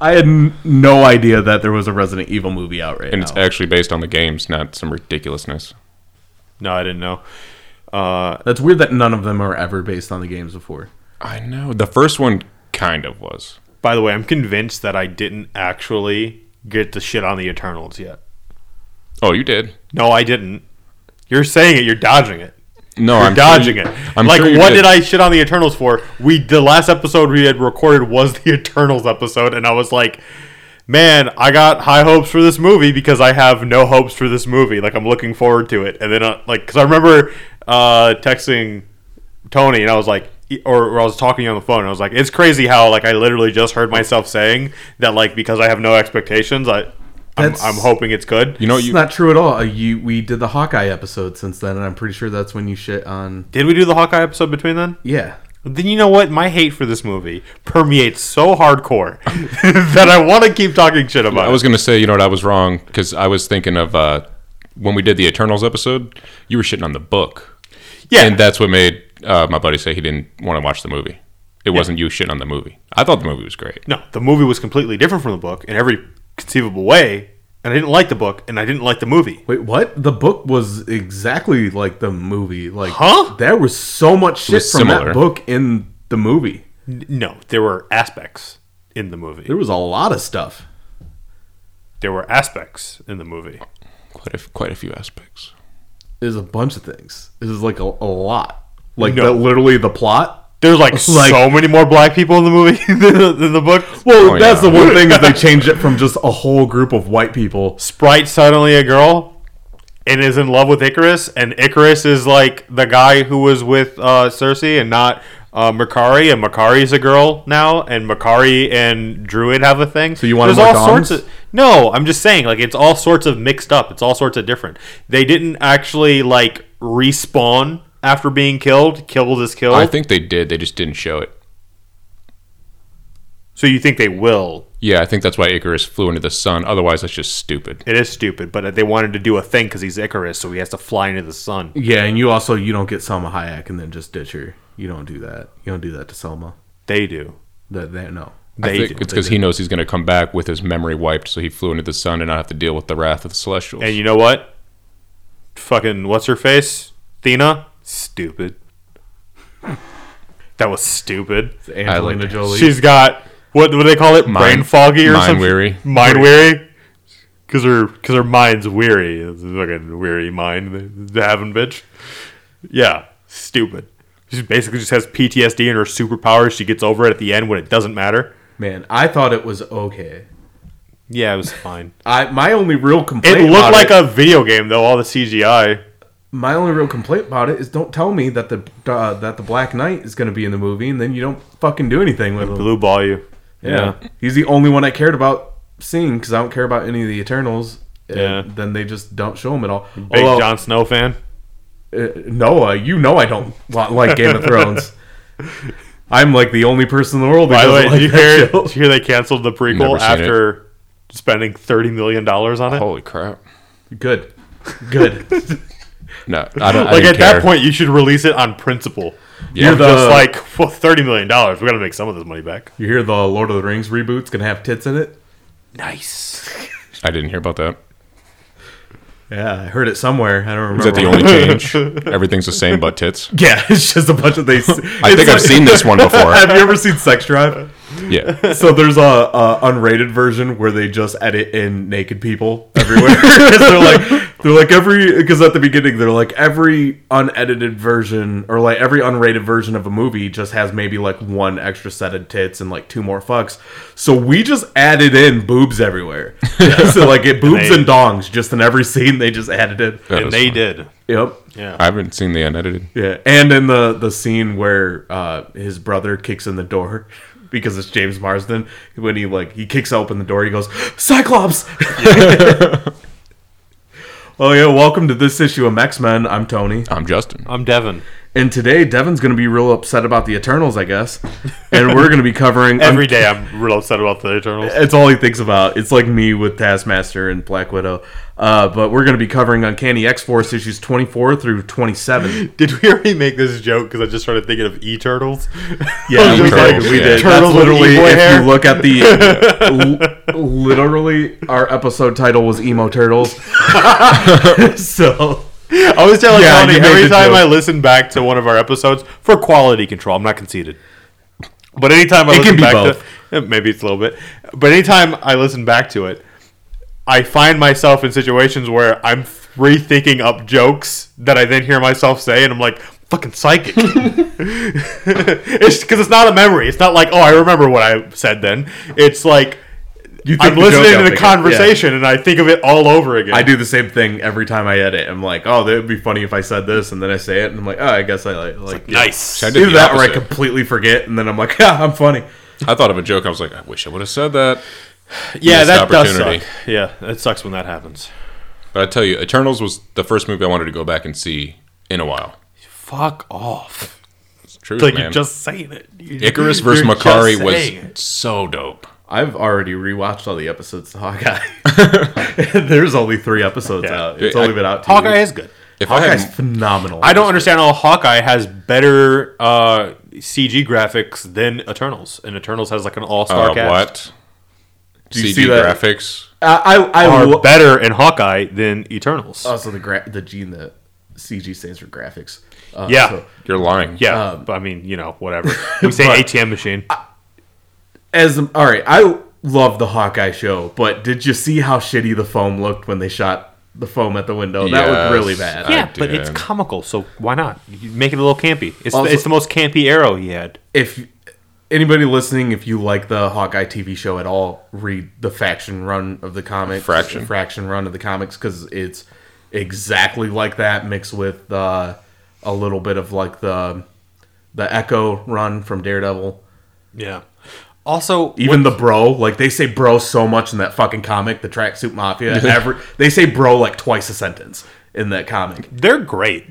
I had n- no idea that there was a Resident Evil movie out right and now. it's actually based on the games, not some ridiculousness. No, I didn't know. Uh, That's weird that none of them are ever based on the games before. I know the first one kind of was. by the way, I'm convinced that I didn't actually get the shit on the Eternals yet. Oh, you did? No, I didn't. You're saying it. You're dodging it. No, You're I'm sure dodging you- it. I'm like, sure you what did. I shit on the Eternals for? We the last episode we had recorded was the Eternals episode, and I was like, man, I got high hopes for this movie because I have no hopes for this movie. Like, I'm looking forward to it, and then uh, like, because I remember uh, texting Tony, and I was like. e, Or, or I was talking on the phone. And I was like, "It's crazy how like I literally just heard myself saying that like because I have no expectations, I I'm, That's- I'm hoping it's good." You know, it's you not true at all. Uh, You we did the Hawkeye episode since then, and I'm pretty sure that's when you shit on. Did we do the Hawkeye episode between then? Yeah, Then you know what? My hate for this movie permeates so hardcore that I want to keep talking shit about I was gonna say, you know what, I was wrong because I was thinking of uh, when we did the Eternals episode. You were shitting on the book, it. Yeah, and that's what made uh, my buddy say he didn't want to watch the movie. It wasn't you shitting on the movie. I thought the movie was great. no, the movie was completely different from the book in every conceivable way, and I didn't like the book, and I didn't like the movie. Wait, what? The book was exactly like the movie. Like, Huh? There was so much shit was from similar. that book in the movie. N- No, there were aspects in the movie. There was a lot of stuff. There were aspects in the movie. Quite a, quite a few aspects. There's a bunch of things. It was like a, a lot. Like No. the, literally the plot. There's like, Like- so many more black people in the movie than, than the book. Well, Oh, that's yeah. the one thing is they changed it from just a whole group of white people. Sprite suddenly a girl and is in love with Icarus, and Icarus is like the guy who was with uh, Cersei and not uh, Makari, and Makari's a girl now, and Makari and Druid have a thing. So you want 'em all like Dons? sorts of no. I'm just saying, like it's all sorts of mixed up. It's all sorts of different. They didn't actually like respawn after being killed. Killed is killed. I think they did. They just didn't show it. so you think they will? Yeah, I think that's why Icarus flew into the sun. Otherwise, that's just stupid. It is stupid, but they wanted to do a thing because he's Icarus, so he has to fly into the sun. Yeah, and you also you don't get Selma Hayek and then just ditch her. You don't do that. You don't do that to Selma. They do. That that no. I They think do. it's because he knows he's going to come back with his memory wiped, so he flew into the sun and not have to deal with the wrath of the Celestials. And you know what? Fucking what's her face? Thena? Stupid. That was stupid. It's Angelina like- Jolie. She's got what what do they call it? Brain Mind- foggy or mind something? weary. Mind weary. Cause her cause her mind's weary. It's a fucking weary mind the having bitch. Yeah. Stupid. She basically just has PTSD and her superpowers. She gets over it at the end when it doesn't matter. Man, I thought it was okay. Yeah, it was fine. I my only real it complaint. looked about like a video game though, all the CGI. my only real complaint about it is don't tell me that the uh, that the Black Knight is going to be in the movie, and then you don't fucking do anything with him. Blue ball you. Yeah. he's the only one I cared about seeing because I don't care about any of the Eternals. and Yeah. then they just don't show him at all. Big Although, Jon Snow fan. uh, Noah, you know I don't wa- like Game of Thrones. I'm like the only person in the world. That By the way, doesn't did you like that hear, show. did you hear they canceled the prequel Never seen after spending thirty million dollars on it? Holy crap! Good, good. No, I don't. I like didn't at care. that point, you should release it on principle. Yeah. You're You're the- just like, well, thirty million dollars. We got to make some of this money back. you hear the Lord of the Rings reboot's gonna have tits in it? Nice. I didn't hear about that. Yeah, I heard it somewhere. I don't remember. Is that the where. only change? Everything's the same but tits. Yeah, it's just a bunch of these. I think I've seen this one before. Have you ever seen Sex Drive? Yeah. So there's a, a unrated version where they just edit in naked people everywhere. 'Cause they're like they're like every because at the beginning they're like every unedited version or like every unrated version of a movie just has maybe like one extra set of tits and like two more fucks. So we just added in boobs everywhere. so like it boobs they- and dongs just in every scene they just added in. That and was they fun. did. Yep. I haven't seen the unedited. Yeah, and in the the scene where uh, his brother kicks in the door because it's James Marsden when he like he kicks open the door, he goes Cyclops. oh yeah, welcome to this issue of X Men. I'm Tony. I'm Justin. I'm Devin. And today, Devin's going to be real upset about the Eternals, I guess. And we're going to be covering Every day I'm real upset about the Eternals. It's all he thinks about. It's like me with Taskmaster and Black Widow. Uh, but we're going to be covering Uncanny X Force issues 24 through 27. Did we already make this joke? Because I just started thinking of E Turtles. Yeah, we Turtles, did. We yeah. did. Oh, E Turtles That's with literally, E-boy if hair. you look at the. l- literally, our episode title was Emo Turtles. so. I was telling Yeah, Tony you made every the time joke. I listen back to one of our episodes for quality control. I'm not conceited, but anytime I It listen can be back both. to eh, maybe it's a little bit, but anytime I listen back to it, I find myself in situations where I'm rethinking up jokes that I then hear myself say, and I'm like. Fucking psychic. it's because it's not a memory. It's not like, oh, I remember what I said then. It's like You I'm the joke listening out, think to the it. Yeah. conversation and I think of it all over again. I do the same thing every time I edit. I'm like, oh, that would be funny if I said this, and then I say it, and I'm like, oh, I guess I like, like yeah. Nice. I did Either the that, or I opposite. completely forget, and then I'm like, yeah, I'm funny. I thought of a joke. I was like, I wish I would have said that. yeah, missed that does opportunity. suck. Yeah, it sucks when that happens. But I tell you, Eternals was the first movie I wanted to go back and see in a while. Fuck off. It's true, Like man. you're just saying it. You- Icarus versus you're Makari just saying it. was so dope. I've already rewatched all the episodes of Hawkeye. There's only three episodes Yeah. out. It's Dude, only I- been out. Two Hawkeye weeks. is good. If I Hawkeye's had, phenomenal. I don't understand how Hawkeye has better uh, CG graphics than Eternals, and Eternals has like an all-star uh, cast. what? you CG see that? graphics. I I, I Are lo- better in Hawkeye than Eternals. Uh, also the gra- the gene that CG stands for graphics. Uh, yeah, so- You're lying. yeah. but I mean, you know, whatever. We say but- ATM machine. as all right, I love the Hawkeye show, but did you see how shitty the foam looked when they shot the foam at the window? That Yes. looked really bad. I yeah, but it's did. comical, so why not? You make it a little campy. It's Also- the, it's the most campy arrow he had. if anybody listening, if you like the Hawkeye TV show at all, read the faction run of the comics, Fraction. fraction run of the comics, because it's exactly like that, mixed with uh, a little bit of like the the Echo run from Daredevil. Yeah. Also, Even the bro, like they say bro so much in that fucking comic, the tracksuit mafia. Every they say bro like twice a sentence in that comic. They're great.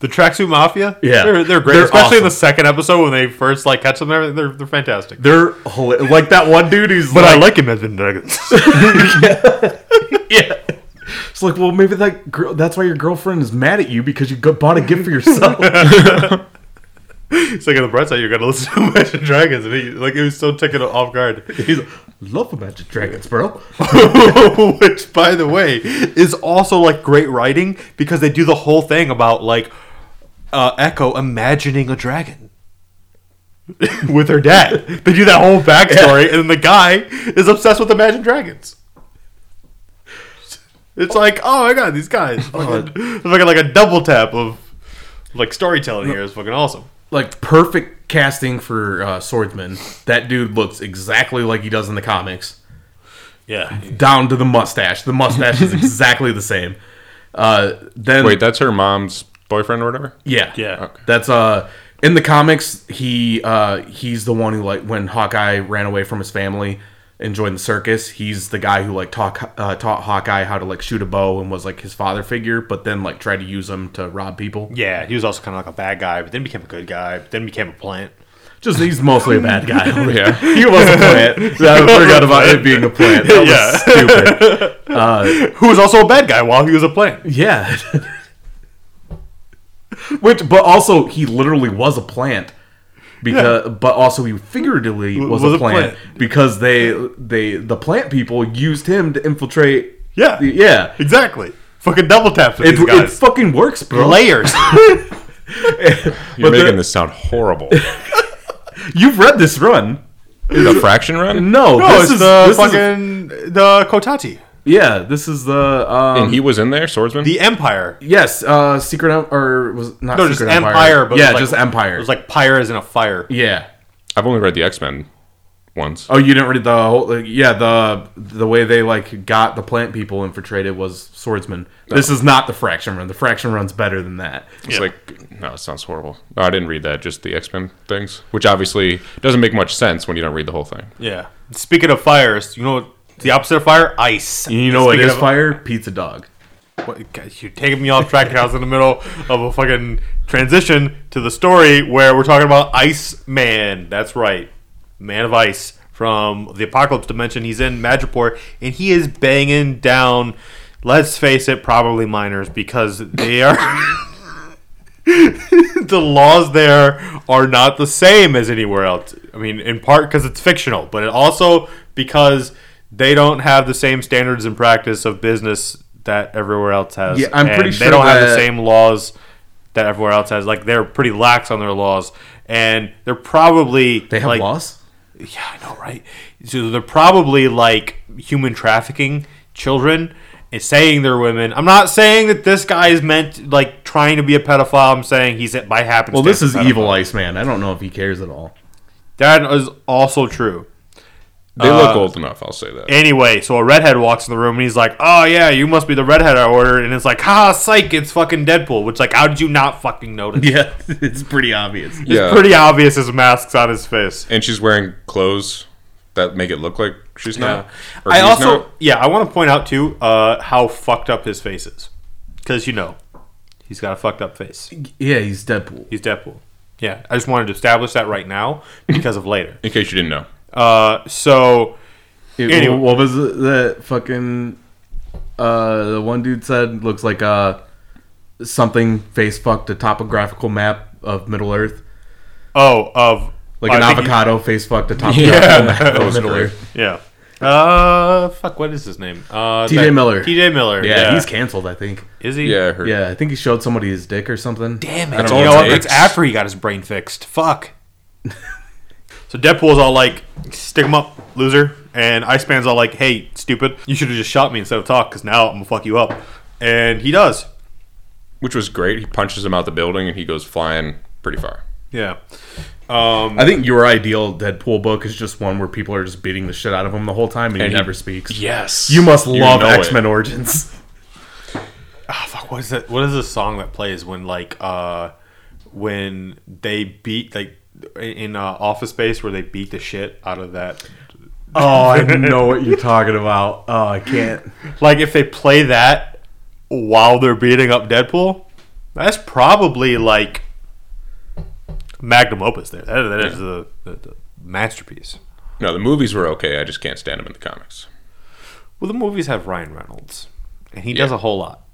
The Tracksuit Mafia? Yeah. They're, they're great. They're especially in awesome. the second episode when they first like catch them and everything. They're, they're fantastic. They're hila- like that one dude who's but like, I like him as Nuggets. yeah. It's like, well, maybe that girl. That's why your girlfriend is mad at you because you go- bought a gift for yourself. it's like on the bright side, you're gonna listen to Imagine Dragons, and he like it was so taken off guard. He's like, love Magic Dragons, bro. Which, by the way, is also like great writing because they do the whole thing about like uh, Echo imagining a dragon. with her dad, they do that whole backstory, and then the guy is obsessed with Imagine Dragons. It's like, oh my god, these guys! Fucking, fucking like a double tap of like storytelling here is fucking awesome. Like perfect casting for uh, swordsman. That dude looks exactly like he does in the comics, Yeah, down to the mustache. The mustache is exactly the same. Uh, then Wait, that's her mom's boyfriend or whatever. Yeah, Yeah. Okay. That's uh in the comics. He uh he's the one who like when Hawkeye ran away from his family and joined the circus. He's the guy who like taught uh, taught Hawkeye how to like shoot a bow and was like his father figure, but then like tried to use him to rob people. yeah. He was also kind of like a bad guy, but then became a good guy, but then became a plant. Just he's mostly a bad guy. Yeah. he was a plant. I forgot about it being a plant. That Yeah. was stupid. Who was also a bad guy while he was a plant. Yeah. Which, but also he literally was a plant, because but also he figuratively was, a, plant because they they the plant people used him to infiltrate. Yeah. the- yeah. Exactly. Fucking double taps with It, these it guys. fucking works, bro. Layers. You're But the- making this sound horrible. You've read this run. the fraction run. No, No, this it's is the this is- fucking the Kotati, yeah. This is the um, and he was in there, swordsman. the Empire. yes, uh, secret Em- or was not No, just secret Empire, but it yeah, was like- just empire. It was like pyre as in a fire. yeah. I've only read the X Men once. Oh, you didn't read the whole? Like, yeah, the the way they like got the plant people infiltrated was swordsman. This is not the fraction run. The fraction run's better than that. It's like no, it sounds horrible. No, I didn't read that. Just the X Men things, which obviously doesn't make much sense when you don't read the whole thing. Yeah. Speaking of fires, you know what the opposite of fire? Ice. You know what Speaking is of- fire? Pizza dog. What, guys, you're taking me off track. here. I was in the middle of a fucking transition to the story where we're talking about Iceman. That's right, Man of Ice from the Apocalypse Dimension. He's in Madripoor and he is banging down. Let's face it, probably minors because they are. the laws there are not the same as anywhere else. I mean, in part because it's fictional, but it also because they don't have the same standards and practice of business that everywhere else has. Yeah, I'm And pretty they sure don't have the that- same laws that everywhere else has. Like they're pretty lax on their laws, and they're probably They have like, laws. yeah, I know, right? So they're probably like human trafficking children and saying they're women. I'm not saying that this guy is meant like trying to be a pedophile. I'm saying he's by happenstance. Well, this is a pedophile. evil Iceman. I don't know if he cares at all. That is also true. They look old enough. I'll say that. Anyway, so a redhead walks in the room and he's like, "Oh yeah, you must be the redhead I ordered." And it's like, "Ha, psych! It's fucking Deadpool." Which like, how did you not fucking notice? Yeah, it's pretty obvious. yeah, It's pretty obvious his mask's on his face. and she's wearing clothes that make it look like she's not. Or I he's also, not. yeah, I want to point out too uh, how fucked up his face is, because you know he's got a fucked up face. Yeah, he's Deadpool. He's Deadpool. Yeah, I just wanted to establish that right now because of later. in case you didn't know. Uh, so It- Anyway. What was it that fucking uh, the one dude said looks like uh, something face fucked a topographical map of Middle Earth, oh, of like I an think- avocado face fucked a topographical map of Middle Earth. Yeah. Uh, fuck. What is his name? Uh, T.J. Miller. T.J. Miller. Yeah, Yeah, he's canceled. I think. is he? Yeah, I heard. Yeah, I think he showed somebody his dick or something. Damn it! That's you all know it what? takes. That's after he got his brain fixed. Fuck. so Deadpool's all like, "Stick him up, loser," and Iceman's all like, "Hey, stupid! You should have just shot me instead of talk, because now I'm gonna fuck you up." And he does. which was great. He punches him out the building, and he goes flying pretty far. Yeah. Um, I think your ideal Deadpool book is just one where people are just beating the shit out of him the whole time and, And he he- never speaks. Yes, You must love know it. X Men Origins. ah, fuck, what is that? What is the song that plays when like uh when they beat like in uh, Office Space where they beat the shit out of that? Oh, I know what you're talking about. Oh, I can't. Like if they play that while they're beating up Deadpool, that's probably like magnum opus. There, that, that is the, the, the masterpiece. No, the movies were okay. I just can't stand him in the comics. Well, the movies have Ryan Reynolds, and he Yeah. does a whole lot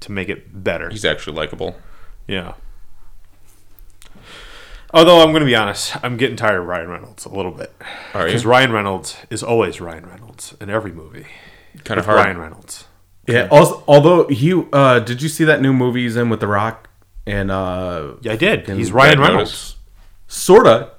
to make it better. He's actually likable. Yeah. Although I'm going to be honest, I'm getting tired of Ryan Reynolds a little bit Are you because Ryan Reynolds is always Ryan Reynolds in every movie. kind of hard? Ryan Reynolds. Yeah. Also, although he, uh, did you see that new movie he's in with The Rock and uh, Yeah, I did. He's Bad Ryan Notice. Reynolds. sorta?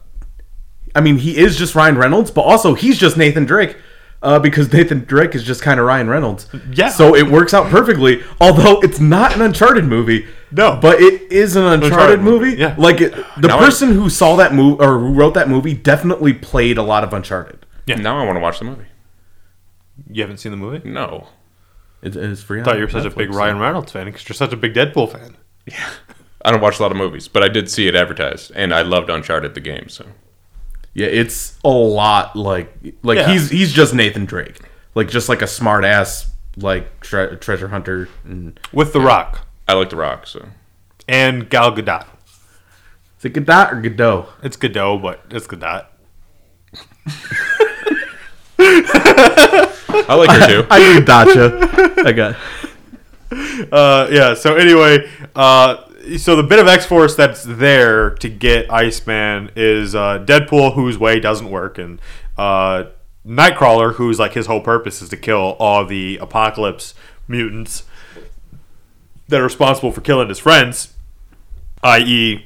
I mean, he is just Ryan Reynolds, but also he's just Nathan Drake. Uh, because Nathan Drake is just kind of Ryan Reynolds, Yeah. So it works out perfectly. Although it's not an Uncharted movie, No. but it is an Uncharted, Uncharted movie. movie, yeah. Like it, the Now I- person who saw that movie or who wrote that movie definitely played a lot of Uncharted. Yeah. Now I want to watch the movie. You haven't seen the movie? No. It is free. I thought you were such a big Ryan Reynolds fan because you're such a big Deadpool fan. I don't watch a lot of movies, but I did see it advertised, and I loved Uncharted the game. So Yeah, it's a lot like like Yeah. he's he's just Nathan Drake, like just like a smart ass like tre- treasure hunter. And With The Rock I like The Rock. So and Gal Gadot. is it Godot or Godot? It's Godot, but it's Gadot. I like her too. I knew Gotcha. I got. Uh, yeah, so anyway, uh, so the bit of X Force that's there to get Iceman is uh, Deadpool, whose way doesn't work, and uh, Nightcrawler, who's like his whole purpose is to kill all the apocalypse mutants that are responsible for killing his friends, i.e.,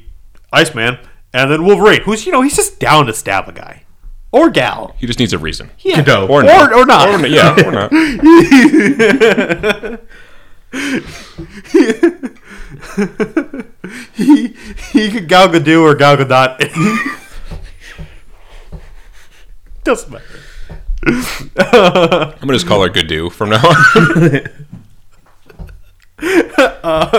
Iceman, and then Wolverine, who's, you know, he's just down to stab a guy or gal. He just needs a reason. Yeah. Godot. Or, Or not. or, not. Or, yeah, or not. he, he could Gal Gadot or Gal Gadot. Doesn't matter. I'm gonna just call her Gadoo from now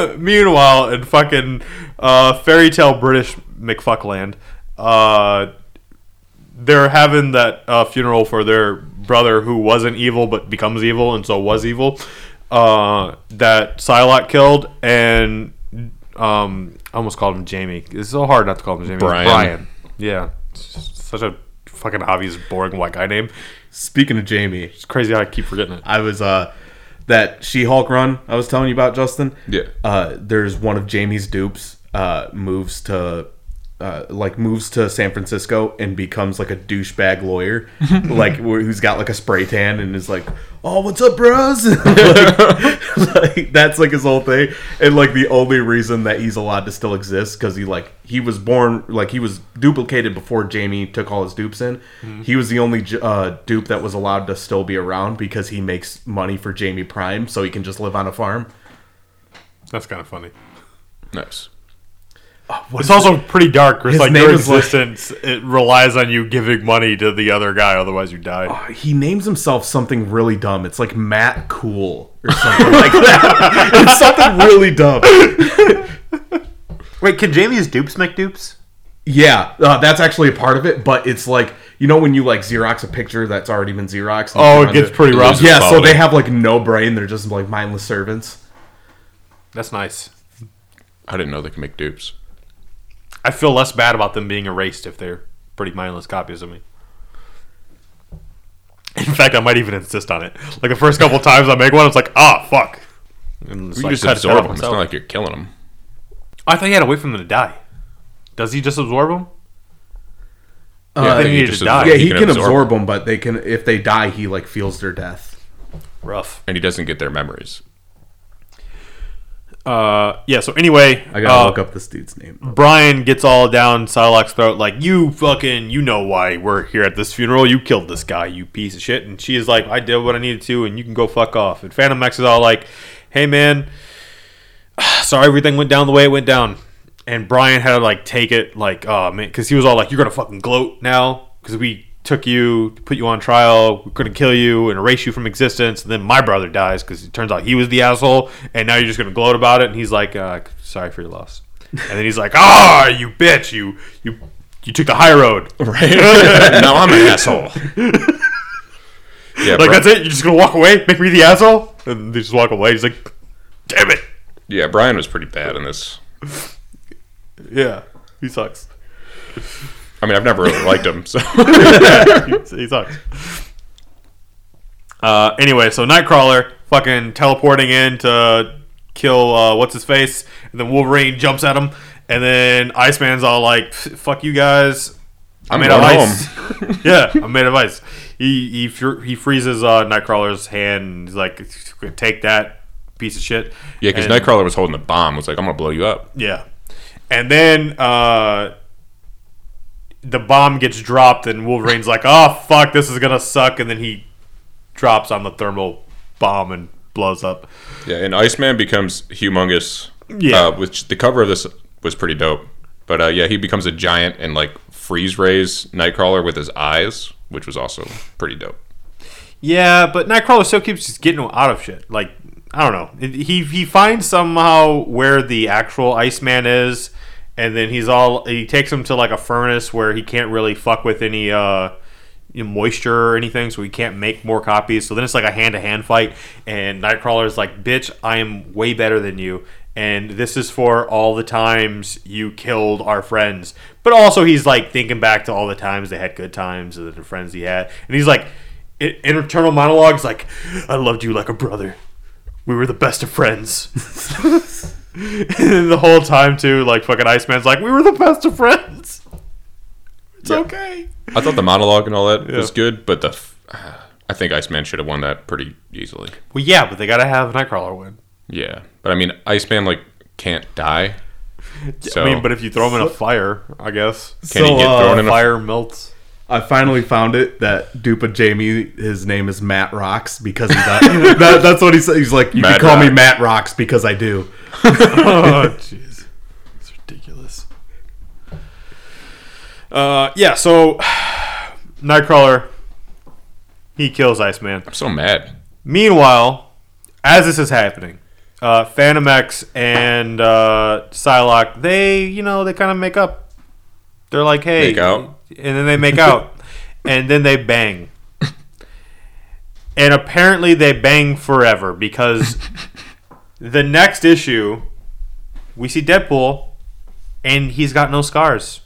on. Meanwhile, in fucking uh, fairy tale British McFuckland, uh, they're having that uh, funeral for their brother who wasn't evil but becomes evil and so was evil. uh, that Psylocke killed, and um, I almost called him Jamie. It's so hard not to call him Jamie. It's Brian. Brian. Yeah, It's just such a fucking obvious, boring white guy name. Speaking of Jamie, It's crazy how I keep forgetting it. I was uh that She-Hulk run I was telling you about, Justin. Yeah. Uh, there's one of Jamie's dupes uh, moves to. Uh, like moves to San Francisco and becomes like a douchebag lawyer, like wh- who's got like a spray tan and is like, "Oh, what's up, bros?" like, like, that's like his whole thing, and like the only reason that he's allowed to still exist because he like he was born like he was duplicated before Jamie took all his dupes in. He was the only j- uh, dupe that was allowed to still be around because he makes money for Jamie Prime, so he can just live on a farm. That's kind of funny. Nice. It's also pretty dark. It's His like name your is like- existence it relies on you giving money to the other guy, otherwise you die. he names himself something really dumb. It's like Matt Cool or something like that. It's something really dumb. Wait, can Jamie's dupes make dupes? Yeah, uh, that's actually a part of it, but it's like you know when you like Xerox a picture that's already been Xeroxed. and Oh, put it on gets there? pretty rough. Loses Yeah, so quality. they have like no brain. They're just like mindless servants. That's nice. I didn't know they could make dupes. I feel less bad about them being erased if they're pretty mindless copies of me. In fact, I might even insist on it. Like the first couple times I make one, it's like, ah, fuck. And it's You like, just cut it absorb out them. It's myself. not like you're killing them. I thought you had to wait for them to die. Does he just absorb them? yeah, they I think you needed just to die. Uh, Yeah, you he can them. absorb them, but they can if they die, he like feels their death. Rough. and he doesn't get their memories. Uh, yeah. So anyway, I gotta uh, look up this dude's name. Brian gets all down Psylocke's throat, like, you fucking, you know why we're here at this funeral. You killed this guy, you piece of shit. And she is like, I did what I needed to, and you can go fuck off. And Phantom Max is all like, hey, man, sorry everything went down the way it went down. And Brian had to, like, take it, like, oh, man, because he was all like, you're going to fucking gloat now, because we took you, put you on trial, we're going to kill you and erase you from existence. And then my brother dies, because it turns out he was the asshole, and now you're just going to gloat about it. And he's like, uh, sorry for your loss. And then he's like, "Ah, you bitch! You you you took the high road. now I'm an asshole. Yeah, Bri- Like that's it. You're just gonna walk away, make me the asshole." And they just walk away. He's like, "Damn it!" yeah. Brian was pretty bad in this. Yeah, he sucks. I mean, I've never really liked him. So he sucks. Uh, anyway, so Nightcrawler fucking teleporting in to kill uh, what's his face, and then Wolverine jumps at him, and then Iceman's all like, "Pff, "Fuck you guys, I'm made going of ice. home. yeah, I'm made of ice. He he fr- he freezes uh, Nightcrawler's hand. And he's like, "Take that piece of shit." yeah, because And- Nightcrawler was holding the bomb. Was like, I'm gonna blow you up. yeah. And then uh, the bomb gets dropped, and Wolverine's like, oh, fuck, this is going to suck. And then he drops on the thermal bomb and blows up. Yeah, and Iceman becomes humongous. Yeah. uh, which the cover of this was pretty dope. But uh, yeah, he becomes a giant and like freeze rays Nightcrawler with his eyes, which was also pretty dope. Yeah, but Nightcrawler still keeps just getting him out of shit. Like, I don't know. It- He, he finds somehow where the actual Iceman is, and then he's all. He takes him to like a furnace where he can't really fuck with any. Uh, you know, moisture or anything, so he can't make more copies. So then it's like a hand to hand fight, and Nightcrawler's like, "Bitch, I am way better than you." And this is for all the times you killed our friends. But also, he's like thinking back to all the times they had good times and the friends he had. And he's like, i- internal monologues like, "I loved you like a brother. We were the best of friends." and the whole time too, like fucking Iceman's like, "We were the best of friends." It's okay. I thought the monologue and all that was good, but the f- I think Iceman should have won that pretty easily. Well, yeah, but they gotta have Nightcrawler win. Yeah, but I mean, Iceman like can't die. So I mean, but if you throw him in a fire, I guess can So, he get uh, thrown in a fire melts. I finally found it that dupe of Jamie, his name is Matt Rocks because he's not, that, that's what he said. He's like, you Matt can call me Rocks. Matt Rocks because I do. oh, jeez, it's ridiculous. Uh, yeah. So, Nightcrawler, he kills Iceman. I'm so mad. Meanwhile, as this is happening, uh, Phantom X and uh, Psylocke, they, you know, they kind of make up. They're like, hey. Make out? And then they make out. and then they bang. and apparently they bang forever because the next issue we see Deadpool and he's got no scars.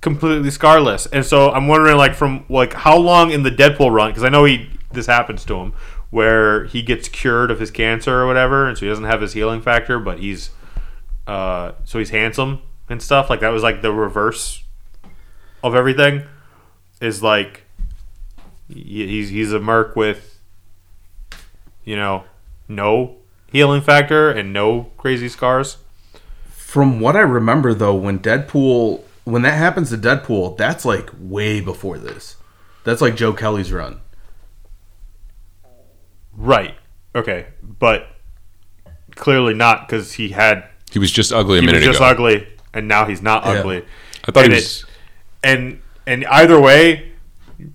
Completely scarless. And so I'm wondering like from like how long in the Deadpool run cuz I know he this happens to him where he gets cured of his cancer or whatever and so he doesn't have his healing factor but he's uh so he's handsome and stuff like that was like the reverse of everything is like he- he's he's a merc with you know no healing factor and no crazy scars. From what I remember, though, when Deadpool, when that happens to Deadpool, that's like way before this. That's like Joe Kelly's run. Right. Okay, but clearly not because he had He was just ugly a he was minute just ago. ugly and now he's not ugly. I thought he and was. and and either way,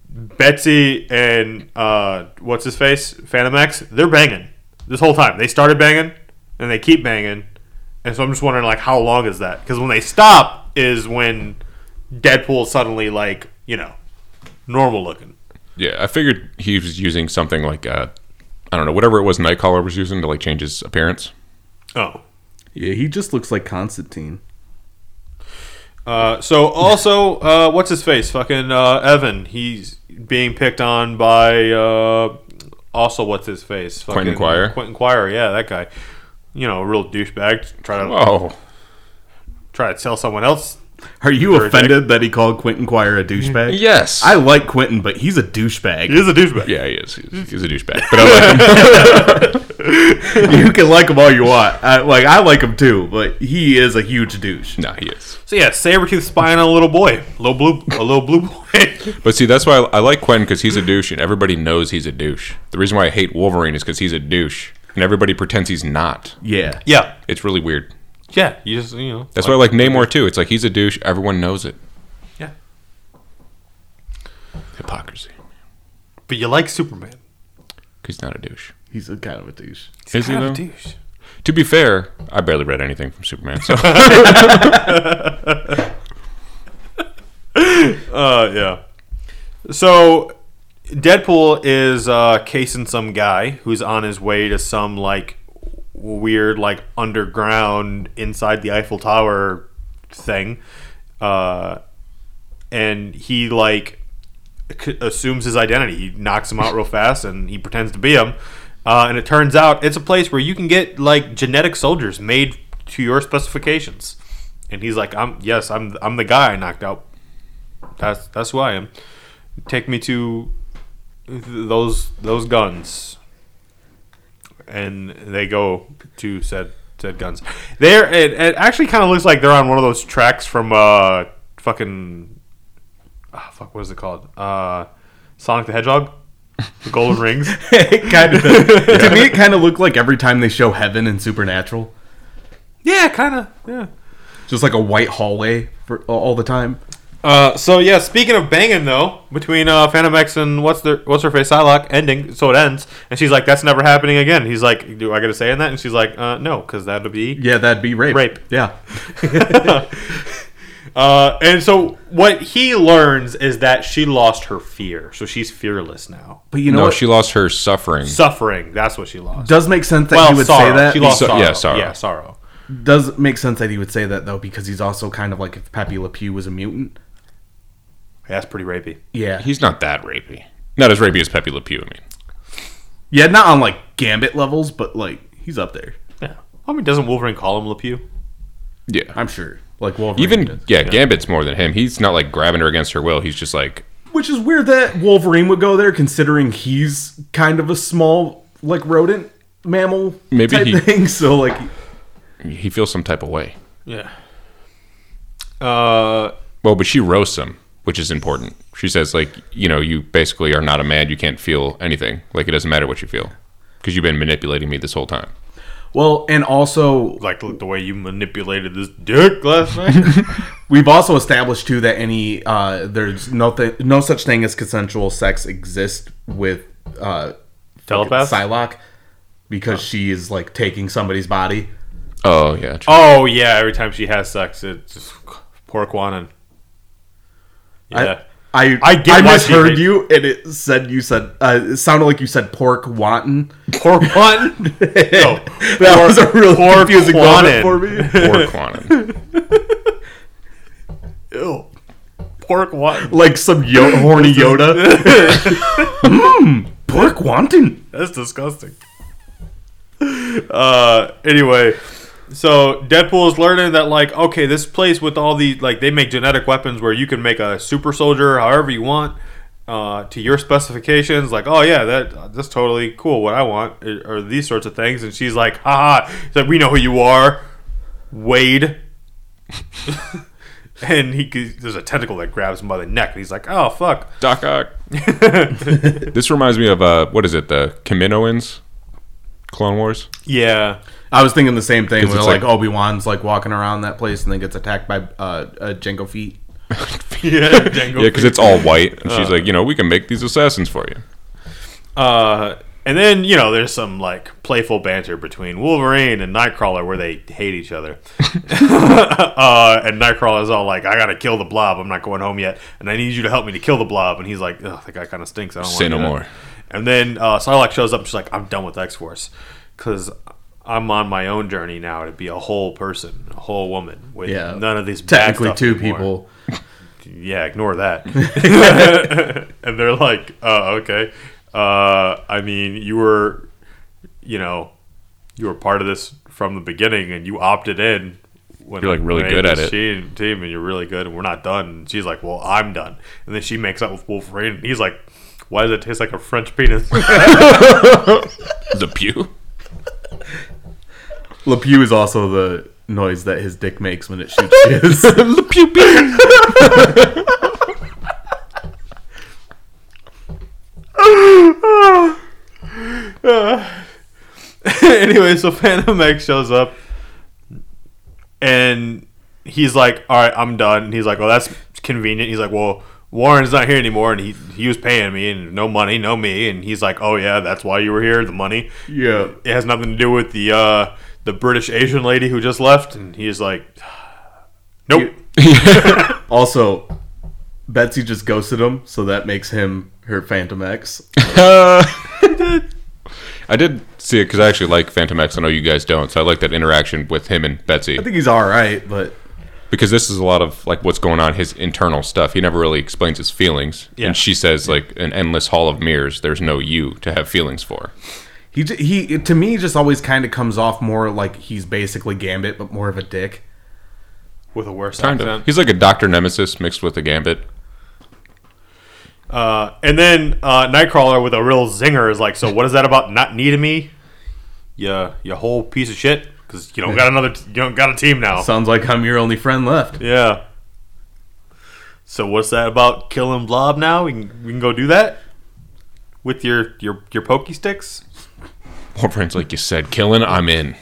Betsy and uh, what's his face, Phantom X, they're banging this whole time. They started banging and they keep banging, and so I'm just wondering like how long is that? Because when they stop is when Deadpool suddenly like you know normal looking. Yeah, I figured he was using something like uh, I don't know, whatever it was Nightcrawler was using to like change his appearance. Oh. Yeah, he just looks like Constantine. Uh, so also, uh, what's his face? Fucking uh, Evan. He's being picked on by uh, also what's his face? Fucking Quentin Quire? Quentin Quire. Yeah, that guy. You know, a real douchebag. Try to Oh, try to tell someone else. Are you You're a offended that he called Quentin Quire a douchebag? Mm, yes. I like Quentin, but he's a douchebag. He is a douchebag. yeah, he is. He's, he's a douchebag, but I like him. you can like him all you want. I, like I like him too, but he is a huge douche. nah, he is. So yeah, Sabretooth spying on a little boy, little blue, a little blue boy. But see, that's why I, I like Quentin because he's a douche, and everybody knows he's a douche. The reason why I hate Wolverine is because he's a douche, and everybody pretends he's not. Yeah. yeah, It's really weird. yeah. You just you know. That's why I like Namor too. It's like he's a douche. Everyone knows it. Yeah, Hypocrisy. but you like Superman. He's not a douche. He's a kind of a douche. Is he Kind though? of a douche. To be fair, I barely read anything from Superman. So Uh, yeah. So, Deadpool is uh, casing some guy who's on his way to some like weird, like underground inside the Eiffel Tower thing, uh, and he like c- assumes his identity. He knocks him out real fast, and he pretends to be him. Uh, and it turns out it's a place where you can get like genetic soldiers made to your specifications. And he's like, "I'm yes, I'm I'm the guy I knocked out that's that's who I am. Take me to th- those those guns, and they go to said said guns. There, it, it actually kind of looks like they're on one of those tracks from uh fucking ah, fuck what is it called uh Sonic the Hedgehog, the Golden Rings. it kind of to me. It kind of looked like every time they show heaven in Supernatural, Yeah, kind of yeah. just like a white hallway for all the time. Uh, so yeah, speaking of banging though, between uh, Phantom X and what's their what's her face Psylocke ending, so it ends, and she's like, "That's never happening again." He's like, "Do I get a say in that?" And she's like, uh, "No, because that'll be." Yeah, that'd be rape. Rape. Yeah. Uh, and so what he learns is that she lost her fear, so she's fearless now. But you know no, what? she lost her suffering. Suffering, that's what she lost. does make sense that well, he would sorrow. say that. she lost So- sorrow. yeah, sorrow. Yeah, sorrow. Does make sense that he would say that though, because he's also kind of like if Pepe Le Pew was a mutant. Yeah, that's pretty rapey. Yeah. He's not that rapey. Not as rapey as Pepe Le Pew. I mean, yeah, not on like Gambit levels, but like he's up there. Yeah. I mean, doesn't Wolverine call him Lepew? yeah. I'm sure. Like Wolverine. Even does. yeah, Gambit's more than him. He's not like grabbing her against her will. He's just like which is weird that Wolverine would go there, considering he's kind of a small like rodent mammal Maybe type he- thing. So like, he feels some type of way. Yeah. Uh, Well, but she roasts him, which is important. She says like you know you basically are not a man. You can't feel anything. Like it doesn't matter what you feel because you've been manipulating me this whole time. well, and also like the way you manipulated this dick last night. We've also established too that any uh, there's no th- no such thing as consensual sex exists with uh, Telepath. Psylocke because Oh. she is like taking somebody's body. Oh yeah. true. Oh yeah, every time she has sex, it's just poor Quanon. Yeah, I I get why she misheard hates- you, and it said you said uh, it sounded like you said pork wanton. Pork wanton? No. that was a really pork confusing moment wanton. for me. Or Quanon. Ew. Pork wanton. Like some yo- horny Yoda. Mmm, pork wanton. That's disgusting. Uh, anyway, so Deadpool is learning that like, okay, this place with all the like, they make genetic weapons where you can make a super soldier however you want. Uh, to your specifications, like, oh yeah, that that's totally cool. What I want are these sorts of things, and she's like, haha, she's like we know who you are, Wade. and he there's a tentacle that grabs him by the neck, and he's like, oh fuck. Doc Ock. This reminds me of uh, what is it? The Kaminoans, Clone Wars. yeah, I was thinking the same thing. Where it's like, like- Obi Wan's like walking around that place and then gets attacked by uh, uh, Jango feet. yeah, Django Yeah, because it's all white, and she's like, you know, we can make these assassins for you. Uh, and then you know, there's some like playful banter between Wolverine and Nightcrawler where they hate each other. uh, and Nightcrawler's all like, "I gotta kill the Blob. I'm not going home yet, and I need you to help me to kill the Blob." And he's like, "Ugh, that guy kind of stinks. I don't Say wanna no do that." more. And then uh, Sarlacc shows up. and She's like, "I'm done with X Force because I'm on my own journey now to be a whole person, a whole woman with Yeah. none of these bad Technically, stuff two anymore." people. yeah, ignore that. and they're like, oh, okay. Uh, I mean, you were, you know, you were part of this from the beginning, and you opted in. When You're, like, really when good made at this it. Team, team, and you're really good, and we're not done. And she's like, well, I'm done. And then she makes up with Wolverine, and he's like, why does it taste like a French penis? The pew. Le Pew is also the noise that his dick makes when it shoots kids. Le Pew anyway, so Phantom X shows up and he's like, All right, I'm done. And he's like, Well, that's convenient. He's like, Well, Warren's not here anymore and he, he was paying me and no money, no me. And he's like, Oh, yeah, that's why you were here, the money. Yeah. It has nothing to do with the, uh, the British Asian lady who just left. And he's like, Nope. Also, Betsy just ghosted him, so that makes him her Phantom X. Uh, I did see it because I actually like Phantom X. I know you guys don't, so I like that interaction with him and Betsy I think he's all right, but because this is a lot of like what's going on his internal stuff. He never really explains his feelings, Yeah. and she says like an endless hall of mirrors. There's no you to have feelings for. he j- he to me just always kind of comes off more like he's basically Gambit, but more of a dick. With a worse Kind accent. of. He's like a Doctor Nemesis mixed with a Gambit. Uh, and then uh, Nightcrawler with a real zinger is like, so what is that about not needing me? Yeah, you whole piece of shit. Because you don't got another, you don't got a team now. Sounds like I'm your only friend left. yeah. So what's that about killing Blob now? We can, we can go do that with your your your pokey sticks. Wolverine's like you said, killing. I'm in.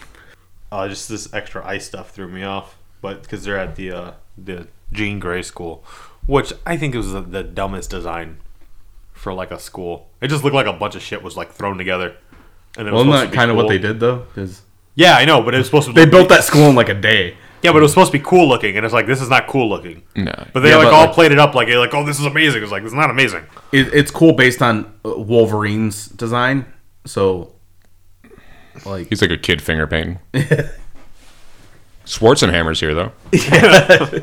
Uh, just this extra ice stuff threw me off, but because they're at the uh, the Jean Grey school, which I think was the, the dumbest design for like a school. It just looked like a bunch of shit was like thrown together. And it Well, was isn't that supposed to be kind of what cool. they did though? 'Cause Yeah, I know, but it was supposed to. they built that school in like a day. Yeah, but it was supposed to be cool looking, and it's like this is not cool looking. No. But they Mm. Yeah, like but, all like- played it up like they're like oh this is amazing. It's like it's not amazing. It, it's cool based on uh, Wolverine's design, so like He's like a kid finger painting. Schwarzenhammer's here though.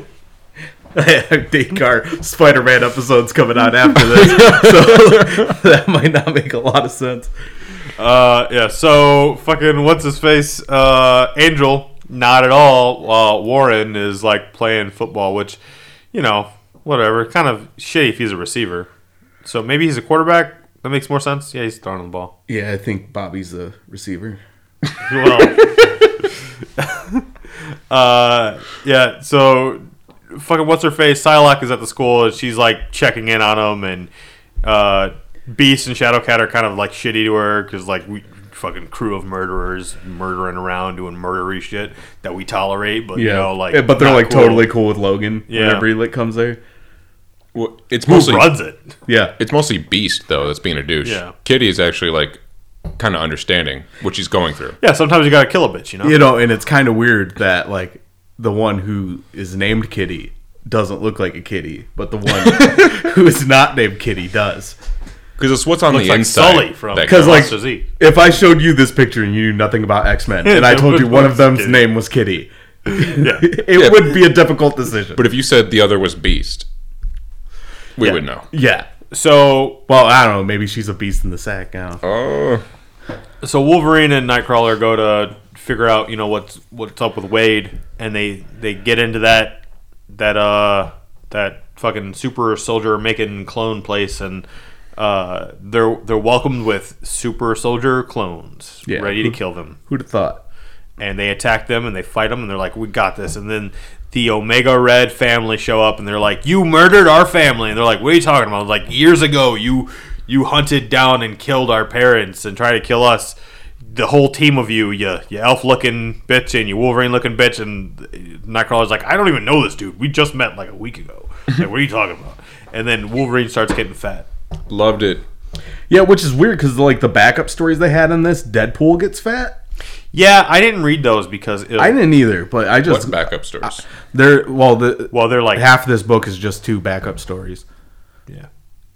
Descartes Spider Man episode's coming out after this, so that might not make a lot of sense. Uh, yeah. So fucking what's his face? Uh, Angel, not at all. Uh, Warren is like playing football, which you know whatever. Kind of shitty if he's a receiver. So maybe he's a quarterback. That makes more sense. Yeah, he's throwing the ball. Yeah, I think Bobby's the receiver. Well, uh, yeah. So, fucking what's her face? Psylocke is at the school, and she's like checking in on him, and uh, Beast and Shadowcat are kind of like shitty to her because like we fucking crew of murderers murdering around doing murdery shit that we tolerate, but you know, like, but they're not like cool. totally cool with Logan Yeah. whenever he like comes there. Well, it's who mostly runs it? Yeah, it's mostly Beast though that's being a douche. Yeah. Kitty is actually like kind of understanding what she's going through. Yeah, sometimes you gotta kill a bitch, you know. you know, and it's kind of weird that like the one who is named Kitty doesn't look like a kitty, but the one who is not named Kitty does. Because it's what's on Looks the like inside. Sully from- that Because like, counts. Monsters Inc. if I showed you this picture and you knew nothing about X Men, and I It told you would one look of them's scary. name was Kitty, Yeah. it Yeah. would be a difficult decision. but if you said the other was Beast, we would know. yeah. So Well, I don't know. Maybe she's a beast in the sack. I don't know. Oh, so Wolverine and Nightcrawler go to figure out you know what's what's up with Wade, and they they get into that that uh that fucking super soldier making clone place, and uh they're they're welcomed with super soldier clones Yeah. ready to kill them, Who'd have thought? and they attack them and they fight them, and they're like we got this, and then. The Omega Red family show up and they're like, "You murdered our family," and they're like, "What are you talking about?" I was like, "Years ago, you you hunted down and killed our parents and tried to kill us." the whole team of you, you, you elf looking bitch and you Wolverine looking bitch, and Nightcrawler's like, I don't even know this dude. We just met like a week ago. Like, what are you talking about? And then Wolverine starts getting fat. loved it. Yeah, which is weird because like the backup stories they had in this, Deadpool gets fat. Yeah, I didn't read those because it, I didn't either, but I What's just backup stories? Ah, there. Well, the well, they're like, half of this book is just two backup stories. yeah,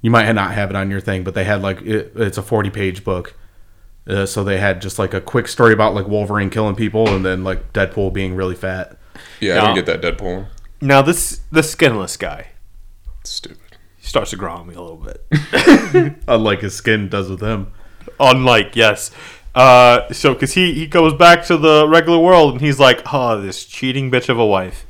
You might not have it on your thing, but they had like it, it's a forty-page book, uh, so they had just like a quick story about like Wolverine killing people, and then like Deadpool being really fat. yeah, I No. didn't get that Deadpool. one. now this this skinless guy Stupid. he starts to grow on me a little bit. Unlike uh, his skin does with him. Unlike yes. Uh, so, because he, he goes back to the regular world and he's like, oh, this cheating bitch of a wife.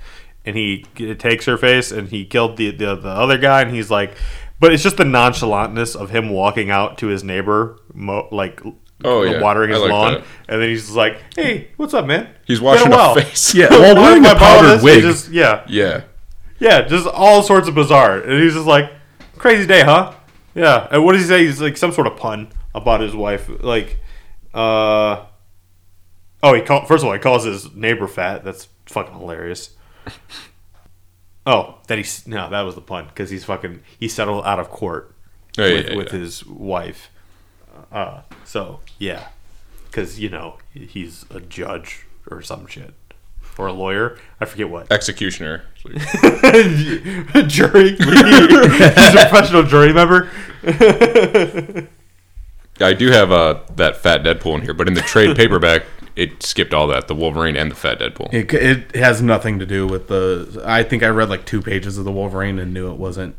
And he g- takes her face and he killed the, the, the other guy. And he's like, but it's just the nonchalantness of him walking out to his neighbor, mo- like Oh, yeah. watering I his like lawn. that. And then he's just like, hey, what's up, man? He's Been a washing while." a face. Yeah, Why- well, wearing why a bother powdered this? He wig. just- yeah, Yeah. yeah, just all sorts of bizarre. And he's just like, crazy day, huh? Yeah. And what does he say? He's like some sort of pun about his wife. Like, uh, oh, he call, first of all, he calls his neighbor fat. That's fucking hilarious. Oh, that he's no, that was the pun because he's fucking he settled out of court Oh, yeah, with, yeah, with yeah. his wife. Uh, so yeah, because you know he's a judge or some shit or a lawyer. I forget what. Executioner. jury. He's a professional jury member. I do have uh, that fat Deadpool in here, but in the trade paperback, it skipped all that—the Wolverine and the fat Deadpool. It, it has nothing to do with the. I think I read like two pages of the Wolverine and knew it wasn't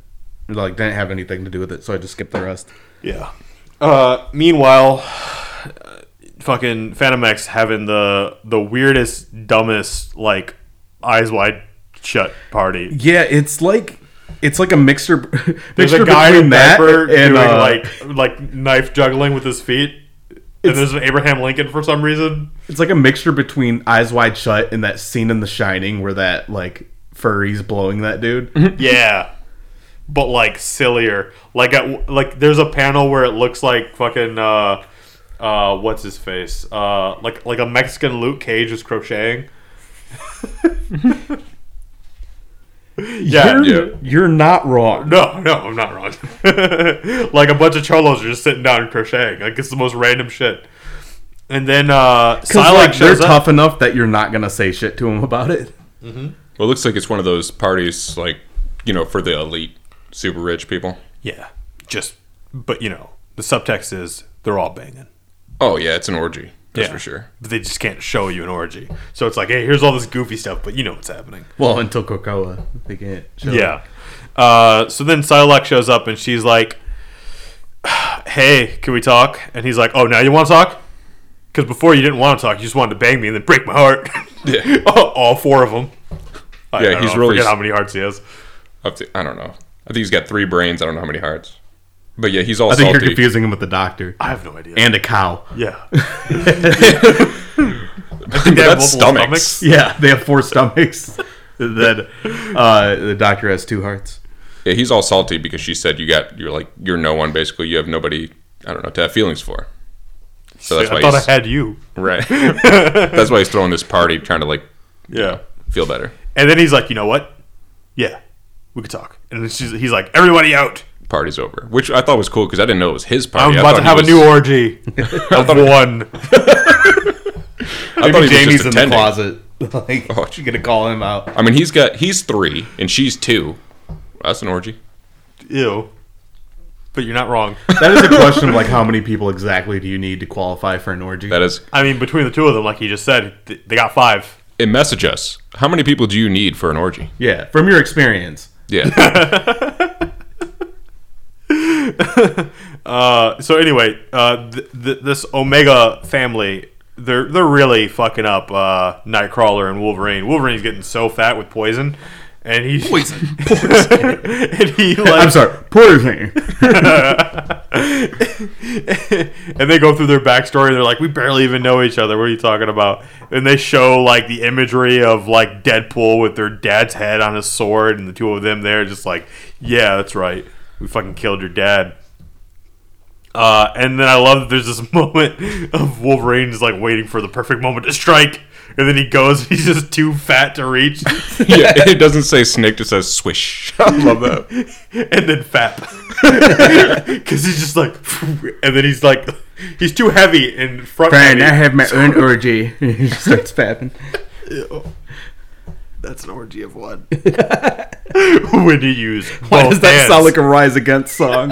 like didn't have anything to do with it, so I just skipped the rest. Yeah. Uh, meanwhile, uh, fucking Phantom X having the the weirdest, dumbest, like eyes wide shut party. Yeah, it's like it's like a mixture. There's mixture a guy between in a that diaper and doing uh, like like knife juggling with his feet. And there's an Abraham Lincoln for some reason. it's like a mixture between Eyes Wide Shut and that scene in The Shining where that like furry's blowing that dude. Yeah. But like sillier. Like at, like there's a panel where it looks like fucking uh uh what's his face? Uh like like a Mexican Luke Cage was crocheting. yeah. you're, yeah. you're not wrong. No, no, I'm not wrong. like a bunch of cholos are just sitting down and crocheting. Like it's the most random shit. And then uh Because Psylocke like they're shows up. tough enough that you're not gonna say shit to him about it. Well, it looks like it's one of those parties, like you know, for the elite, super rich people. Yeah. Just but you know, the subtext is they're all banging. Oh yeah, it's an orgy. That's Yeah. for sure. but they just can't show you an orgy. So it's like, hey, here's all this goofy stuff, but you know what's happening. Well, until Krakoa, they can't. Show Yeah. Uh, so then Psylocke shows up and she's like, hey, can we talk? And he's like, oh, now you want to talk? Because before you didn't want to talk, you just wanted to bang me and then break my heart. Yeah. all four of them. I, Yeah, I don't he's know, I really- forget how many hearts he has. Up to, I don't know. I think he's got three brains. I don't know how many hearts. But yeah, he's all I think salty. you're confusing him with the doctor I have no idea. and a cow. yeah, But they have that's multiple stomachs. stomachs? Yeah, they have four stomachs. then uh, the doctor has two hearts. Yeah, he's all salty because she said you got you're like you're no one basically. You have nobody. I don't know to have feelings for. So that's I why thought I he's had you. right. that's why he's throwing this party, trying to like Yeah. feel better. And then he's like, you know what? Yeah, we could talk. And then she's, he's like, everybody out. Party's over, which I thought was cool because I didn't know it was his I'm party. I about to thought he have was- a new orgy of one. I thought he was Jamie's just in the attending. closet. like, you're gonna call him out. I mean, he's got he's three and she's two. That's an orgy. Ew. But you're not wrong. That is a question of like how many people exactly do you need to qualify for an orgy? That is. I mean, between the two of them, like you just said, th- they got five. And message us. How many people do you need for an orgy? yeah, from your experience. Yeah. Uh, so anyway, uh, th- th- this Omega family, they're they're really fucking up uh, Nightcrawler and Wolverine. Wolverine's getting so fat with poison, and he poison, poison, and he like I'm sorry, poisoning. and they go through their backstory. They're like, we barely even know each other. What are you talking about? And they show like the imagery of like Deadpool with their dad's head on his sword, and the two of them there, just like, yeah, that's right. We fucking killed your dad. Uh, and then I love that there's this moment of Wolverine is like waiting for the perfect moment to strike, and then he goes. And he's just too fat to reach, yeah. It doesn't say snake. It says swish. I love that. and then fat because he's just like, and then he's like, he's too heavy and front. Brian, heavy. I have my own orgy. he just starts fapping. That's an orgy of one. when you use both Why does that hands. sound like a Rise Against song?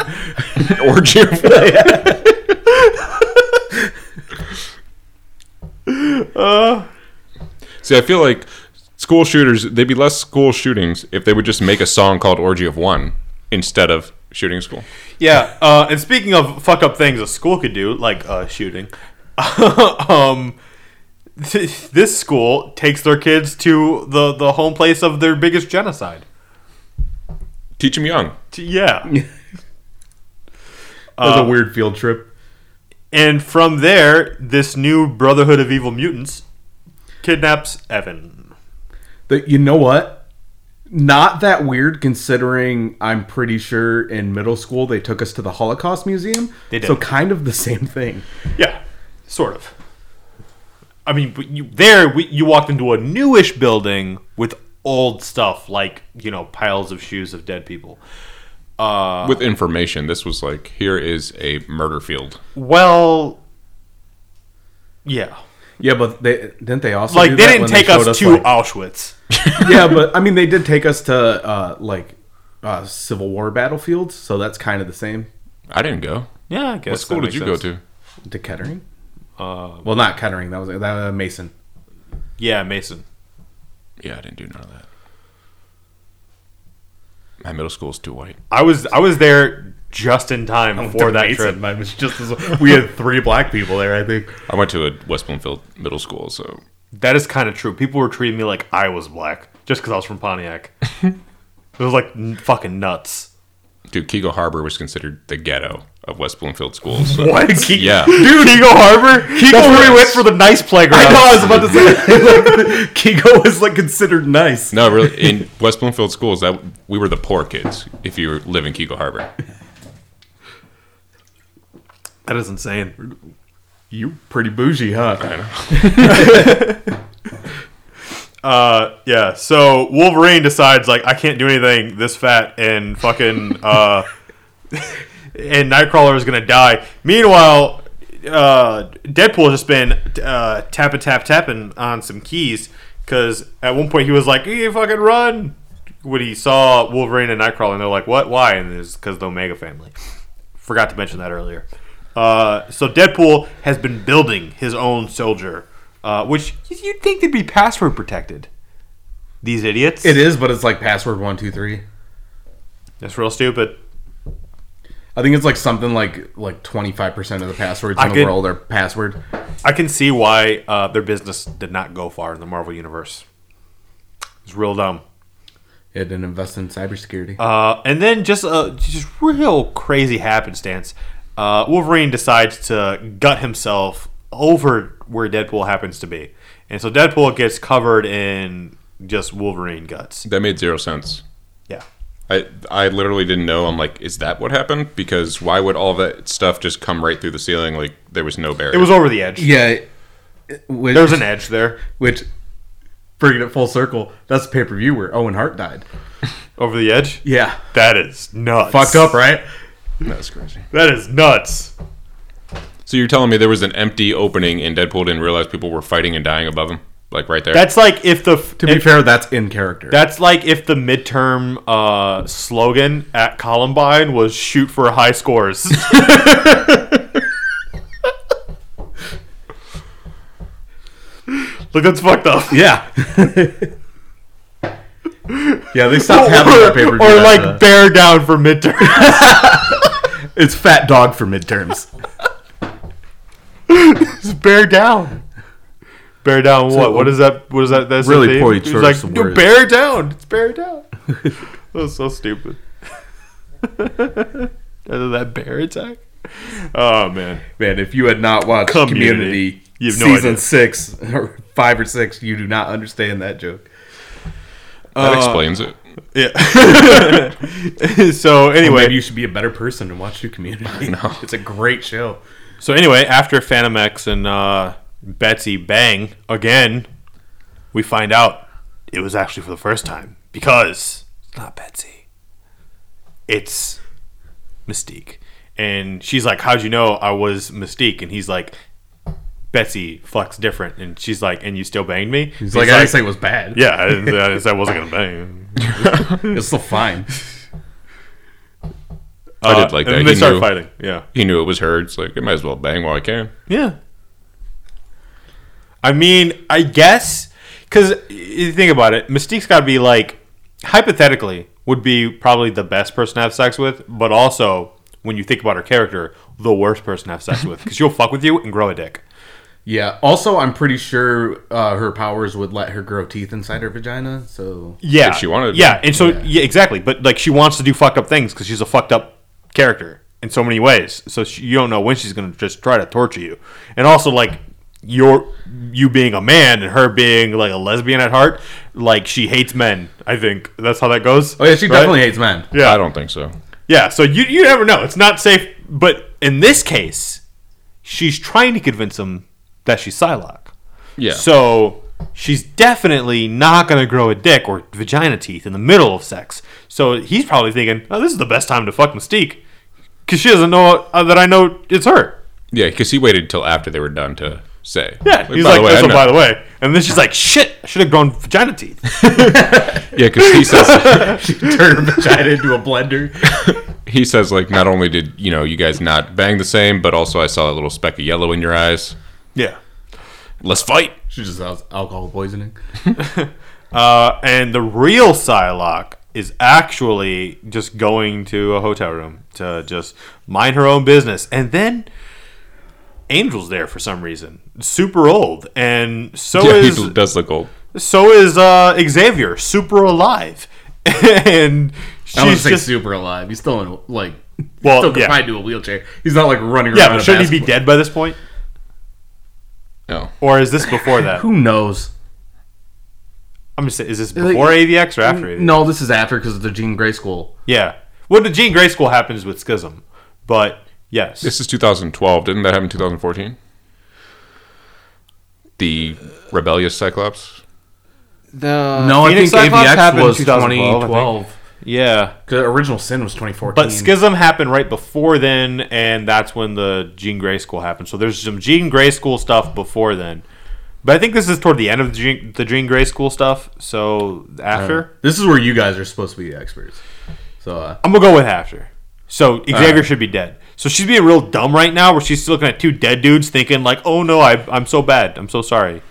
Orgy. See, I feel like school shooters. They'd be less school shootings if they would just make a song called "Orgy of One" instead of shooting school. yeah? Uh, and speaking of fuck up things a school could do, like uh, shooting, um, th- this school takes their kids to the the home place of their biggest genocide. Teach them young. T- Yeah, That Uh, was a weird field trip. and from there, this new Brotherhood of Evil Mutants kidnaps Evan. That you know what? Not that weird considering I'm pretty sure in middle school they took us to the Holocaust Museum. They did. So kind of the same thing. Yeah, sort of. I mean, but you, there we, you walked into a newish building with old stuff like you know piles of shoes of dead people. Uh, with information. This was like, here is a murder field. well, yeah, Yeah, but they didn't they also like do they that didn't when take showed us, to like- Auschwitz. yeah, but I mean they did take us to uh, like uh, Civil War battlefields, so that's kind of the same. I didn't go. yeah, I guess. What school did you go to? To Kettering. Uh, well, not Kettering. That was that was Mason. Yeah, Mason. Yeah, I didn't do none of that. My middle school's too white. I was I was there just in time for that trip. Mine was just as, we had three black people there. I think I went to a West Bloomfield middle school, so That is kind of true. People were treating me like I was black just because I was from Pontiac. it was like n- fucking nuts. dude, Kego Harbor was considered the ghetto of West Bloomfield schools. So- What? Ke- Yeah. Dude, Kego Harbor? Kego That's where we went for the nice playground. about to say like, Kigo was like considered nice. No, really, in West Bloomfield schools, that we were the poor kids. If you live in Kego Harbor, That is insane. You pretty bougie, huh? Uh, yeah, so Wolverine decides, like, I can't do anything this fat and fucking, uh, and Nightcrawler is gonna die. Meanwhile, uh, Deadpool has just been, uh, tapping, tap, tapping on some keys because at one point he was like, hey, fucking run! When he saw Wolverine and Nightcrawler, and they're like, what? Why? And it's because the Omega family. Forgot to mention that earlier. Uh, so Deadpool has been building his own soldier, uh, which you'd think they'd be password protected. These idiots. It is, but it's like password one two three. That's real stupid. I think it's like something like like twenty five percent of the passwords in I the could- world are password. I can see why uh, their business did not go far in the Marvel universe. It's real dumb. It didn't invest in cybersecurity. Uh, and then just uh, just real crazy happenstance. Uh, Wolverine decides to gut himself over where Deadpool happens to be, and so Deadpool gets covered in just Wolverine guts. that made zero sense. Yeah. I I literally didn't know. I'm like, is that what happened? Because why would all that stuff just come right through the ceiling? Like there was no barrier. It was over the edge. yeah, it- which, There was an edge there which bringing it full circle. That's the pay per view where Owen Hart died. over the edge. Yeah, That is nuts. fucked up, right? That's crazy. That is nuts. So you're telling me there was an empty opening and Deadpool didn't realize people were fighting and dying above him? like right there. That's like if the To be fair, that's in character. That's like if the midterm uh, slogan at Columbine was "Shoot for high scores." Look, that's fucked up. yeah. yeah, they stopped having that paper. Or, like bear down for midterm. uh, it's fat dog for midterms. bear down. Bear down. what? What is that? What is that? That's the Really theme? poor It's choice like of "No, words." bear down. It's bear down. that's so stupid. Other than that bear attack. Oh man. Man, if you had not watched Community. Community, You have no season idea. six or five or six, you do not understand that joke. uh, that explains it. so anyway, Maybe you should be a better person and watch your Community. know. It's a great show. so anyway, after Phantom X and uh, Betsy bang again, we find out it was actually for the first time because it's not Betsy, it's Mystique, and she's like, "How'd you know I was Mystique?" And he's like. Betsy fucks different, and she's like, "And you still banged me?" He's, It's like, I didn't say it was bad. "Yeah, I, didn't, I didn't say I wasn't gonna bang." It's still fine. I did like Uh, and that. then He they start knew, fighting. Yeah, he knew it was her. It's like I might as well bang while I can. Yeah. I mean, I guess because you think about it, Mystique's got to be like hypothetically would be probably the best person to have sex with, but also when you think about her character, the worst person to have sex with because she'll fuck with you and grow a dick. Yeah. Also, I'm pretty sure uh, her powers would let her grow teeth inside her vagina. So Yeah, If she wanted to. Yeah, and so yeah. exactly. But like, she wants to do fucked up things because she's a fucked up character in so many ways. So she, you don't know when she's gonna just try to torture you, and also like your you being a man and her being like a lesbian at heart, like she hates men. I think that's how that goes. Oh yeah, she right? definitely hates men. Yeah. I don't think so. Yeah, so you you never know. It's not safe. But in this case, she's trying to convince him that she's Psylocke. Yeah. So she's definitely not going to grow a dick or vagina teeth in the middle of sex. So he's probably thinking, oh, this is the best time to fuck Mystique. Because she doesn't know uh, that I know it's her. yeah, because he waited until after they were done to say. Yeah. He's by like, the way, "Oh, I so know- by the way. And then she's like, shit, I should have grown vagina teeth. yeah, because he says Turn her vagina into a blender. he says like not only did you know you guys not bang the same, but also I saw a little speck of yellow in your eyes. yeah. Let's fight. She just has alcohol poisoning. Uh, and the real Psylocke is actually just going to a hotel room to just mind her own business. And then Angel's there for some reason, super old, and so yeah, is he does look old. so is uh, Xavier, super alive. and I would she's say just super alive. He's still in like Well, still yeah. confined to a wheelchair. He's not like running yeah, around. but a shouldn't he be basketball. dead by this point, No, or is this before that? Who knows? I'm just saying, is this before AVX or after? AVX? No, this is after because of the Jean Grey School. Yeah. Well, the Jean Grey school happens with Schism, but yes, this is 2012. Didn't that happen in 2014? The rebellious Cyclops. the No, Uh, Phoenix I think Cyclops AVX happened was in 2012, I think. 2012. Yeah. The original sin was 2014. But Schism happened right before then, and that's when the Jean Grey School happened. So there's some Jean Grey School stuff before then. But I think this is toward the end of the Jean, the Jean Grey School stuff. So after? this is where you guys are supposed to be the experts. So uh, I'm going to go with after. So Xavier should be dead. So she's being real dumb right now where she's looking at two dead dudes thinking, like, oh no, I, I'm so bad. I'm so sorry.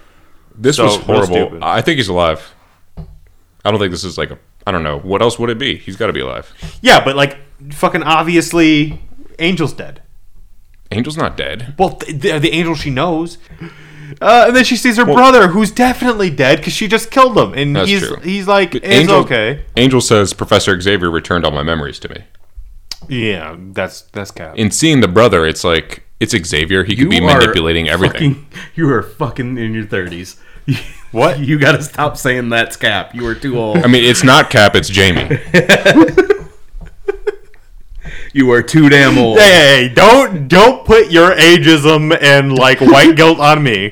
This So, was real stupid. horrible. I think he's alive. I don't think this is like a. I don't know. What else would it be? He's got to be alive. Yeah, but like, fucking obviously, Angel's dead. Angel's not dead. Well, th- th- the angel she knows. Uh, and then she sees her brother, who's definitely dead because she just killed him, and That's he's true. he's like, it's Angel, okay. Angel says Professor Xavier returned all my memories to me. Yeah, that's that's cap. In seeing the brother, it's like it's Xavier. He could be you are manipulating everything. fucking- you are fucking in your 30s. What? You got to stop saying that's cap. You are too old. I mean, it's not Cap. It's Jamie. you are too damn old. Hey, don't don't put your ageism and like white guilt on me.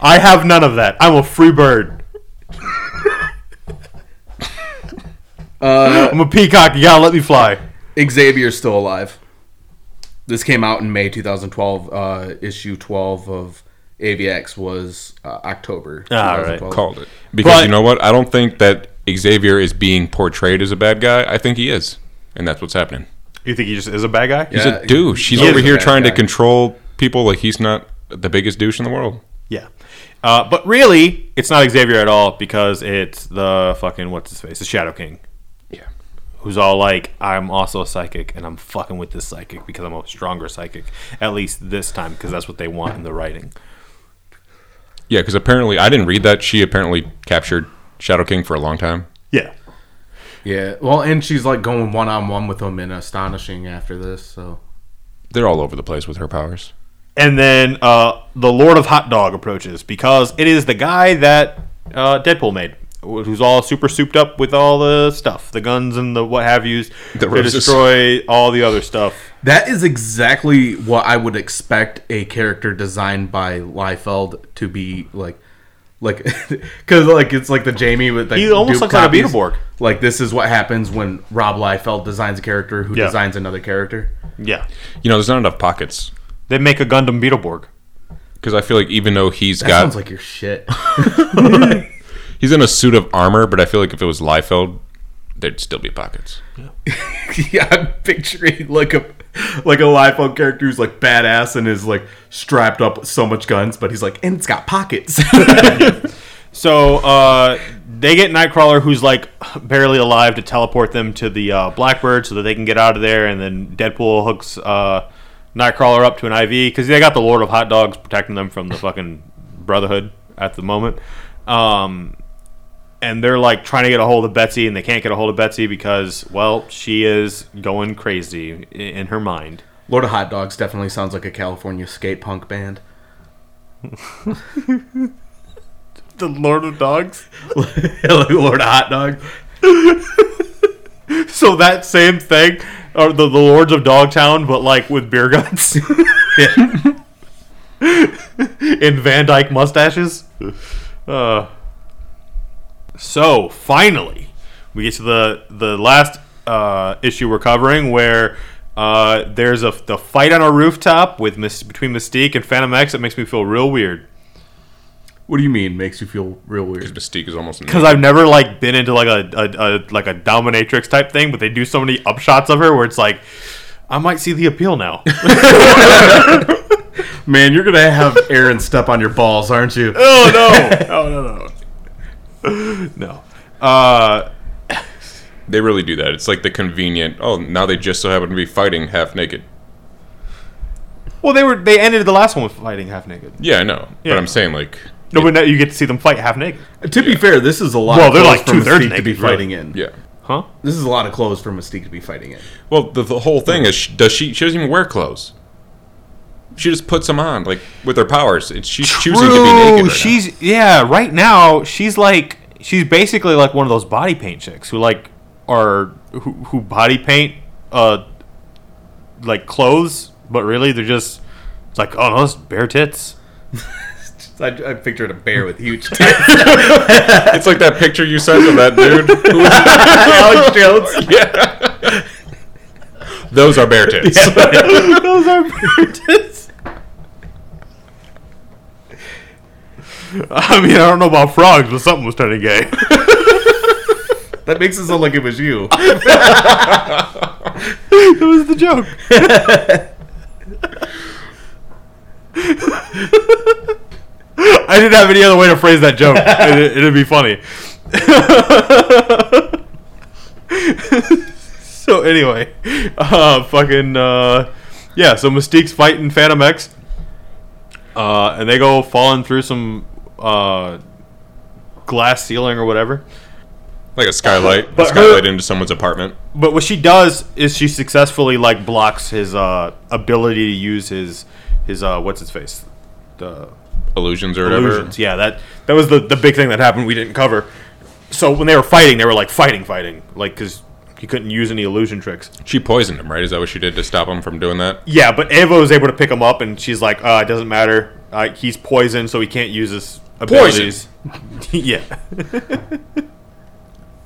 I have none of that. I'm a free bird. I'm a peacock. You gotta let me fly. Xavier's still alive. This came out in May 2012, uh, issue 12 of AVX was uh, October. Ah, right. 2012. Called it. Because But- you know what? I don't think that Xavier is being portrayed as a bad guy. I think he is. And that's what's happening. You think he just is a bad guy? Yeah. He's a douche. He's he is over a here bad trying to guy. control people like he's not the biggest douche in the world. Yeah. Uh, but really, it's not Xavier at all because it's the fucking what's his face, the Shadow King, Yeah. who's all like, "I'm also a psychic, and I'm fucking with this psychic because I'm a stronger psychic, at least this time, because that's what they want in the writing." Yeah, because apparently I didn't read that. She apparently captured Shadow King for a long time. Yeah. Yeah. Well, and she's like going one on one with him in Astonishing after this. So They're all over the place with her powers. And then uh, the Lord of Hot Dog approaches because it is the guy that uh, Deadpool made, who's all super souped up with all the stuff, the guns and the what have yous, to roses. destroy all the other stuff. that is exactly what I would expect a character designed by Liefeld to be like. Like, because like it's like the Jamie with like He almost looks like a Beetleborg. Like this is what happens when Rob Liefeld designs a character who Yeah. designs another character. Yeah. You know, there's not enough pockets. They make a Gundam Beetleborg. Because I feel like even though he's That got sounds like your shit. he's in a suit of armor, but I feel like if it was Liefeld, there'd still be pockets. yeah, I'm picturing like a like a Liefeld character who's like badass and is like strapped up with so much guns, but he's like, and it's got pockets. So uh, they get Nightcrawler, who's like barely alive, to teleport them to the uh, Blackbird so that they can get out of there. And then Deadpool hooks uh, Nightcrawler up to an IV because they got the Lord of Hot Dogs protecting them from the fucking Brotherhood at the moment. Um, and they're like trying to get a hold of Betsy, and they can't get a hold of Betsy because, well, she is going crazy i- in her mind. Lord of Hot Dogs definitely sounds like a California skate punk band. The Lord of Dogs. Lord of Hot Dogs. So that same thing, or the, the Lords of Dogtown, but like with beer guns and Van Dyke mustaches. Uh, so finally, we get to the the last uh, issue we're covering, where uh, there's a the fight on a rooftop with Mys- between Mystique and Phantom X. That makes me feel real weird. What do you mean? Makes you feel real weird. Mystique is almost because I've never like been into like a, a, a like a dominatrix type thing, but they do so many upshots of her where it's like I might see the appeal now. Man, you're gonna have Aaron step on your balls, aren't you? oh no! Oh no no no. Uh, they really do that. It's like the convenient. Oh, now they just so happen to be fighting half naked. well, they were they ended the last one with fighting half naked. Yeah, I know. Yeah. But I'm saying like, No, but now you get to see them fight half naked, To be fair, this is a lot. Well, of they're clothes like for two-thirds Mystique to be naked, really. fighting in. yeah. huh? This is a lot of clothes for Mystique to be fighting in. Well, the, the whole thing is, she, does she? She doesn't even wear clothes. She just puts them on, like with her powers. It's she's choosing to be naked. Right she's she's yeah. Right now, she's like she's basically like one of those body paint chicks who like are who, who body paint uh like clothes, but really they're just it's like oh no, it's bare tits. I, I pictured a bear with huge It's like that picture you sent of that dude. Who was, Alex Jones. those are bare tits. Those are bare tits. I mean, I don't know about frogs, but something was turning gay. That makes it sound like it was you. That was the joke. I didn't have any other way to phrase that joke. It, it'd be funny. so anyway, uh, fucking uh, yeah. So Mystique's fighting Phantom X, uh, and they go falling through some uh, glass ceiling or whatever. Like a skylight. But a skylight her- into someone's apartment. But what she does is she successfully like blocks his uh, ability to use his his uh, what's his face the Illusions or whatever. illusions. Yeah, that that was the the big thing that happened. We didn't cover. So when they were fighting, they were like fighting, fighting, like because he couldn't use any illusion tricks. She poisoned him, right? Is that what she did to stop him from doing that? Yeah, but Ava was able to pick him up, and she's like, uh, "It doesn't matter. Uh, he's poisoned, so he can't use his abilities." yeah.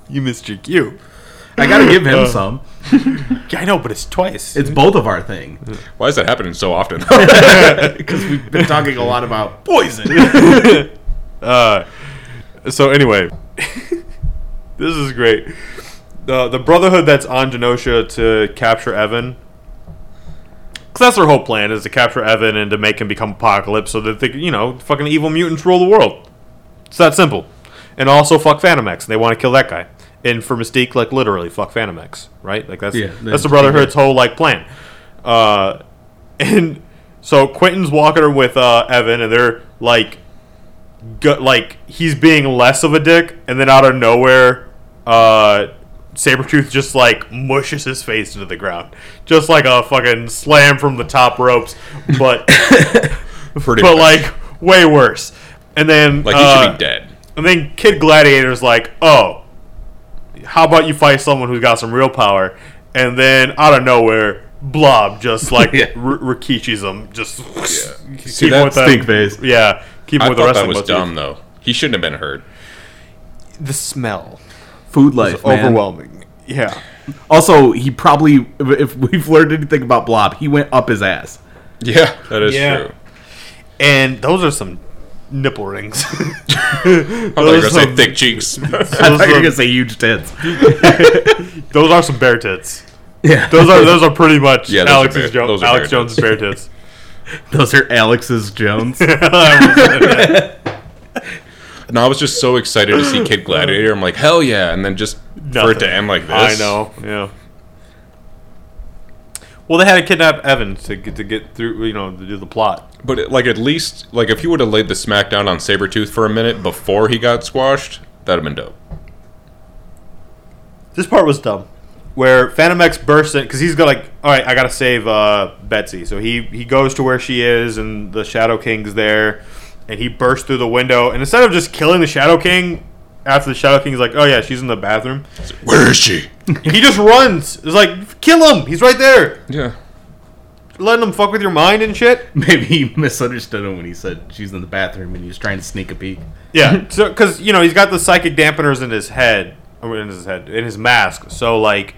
you missed your cue. Uh. I gotta give him some. Yeah, I know, but it's twice. It's both of our thing Why is that happening so often? because we've been talking a lot about Uh, so anyway, this is great. The the Brotherhood that's on Genosha to capture Evan. Because that's their whole plan is to capture Evan and to make him become Apocalypse, so that they, you know, fucking evil mutants rule the world. It's that simple. And also fuck Phantomex. They want to kill that guy. And for Mystique, like literally fuck Phantomex, right? Like that's Yeah, that's that's- the Brotherhood's whole like plan. Uh, and so Quentin's walking her with uh, Evan, and they're like go, like he's being less of a dick, and then out of nowhere, uh, Sabretooth just like mushes his face into the ground, just like a fucking slam from the top ropes, but Pretty but much. like way worse. And then like he should uh, be dead. and then Kid Gladiator's like, oh, how about you fight someone who's got some real power? And then out of nowhere, Blob just like Yeah. r- Rikishi's him. Just keep See, him that with that- stink face. Yeah, keep him I with the thought rest that of was dumb though. He shouldn't have been hurt. The smell, food life. man. overwhelming. Yeah, Also, he probably if we've learned anything about Blob, he went up his ass. Yeah, that is Yeah. true. and those are some nipple rings. I was those, are gonna say some, thick cheeks. I thought you were are- gonna say huge tits. those are some bear tits. Yeah, Those are those are pretty much Yeah, those are Alex's bear- jo- those are Alex bear Jones' bear tits. those are Alex's Jones. no, I was just so excited to see Kid Gladiator. I'm like, hell yeah! And then just for it Nothing. to end like this. I know. Yeah. Well, they had to kidnap Evan to get to get through. You know, to do the plot. But it- like, at least like if you would have laid the smackdown on Sabretooth for a minute before he got squashed, that'd have been dope. This part was dumb. Where Phantom X bursts in because he's got like, all right, I gotta save uh, Betsy. So he he goes to where she is, and the Shadow King's there, and he bursts through the window. And instead of just killing the Shadow King, after the Shadow King's like, oh yeah, she's in the bathroom, Where is she? he just runs. It's like, kill him. He's right there. Yeah. Letting him fuck with your mind and shit. Maybe he misunderstood him when he said she's in the bathroom and he was trying to sneak a peek. Yeah, so because you know he's got the psychic dampeners in his head, or in his head, in his mask. So like,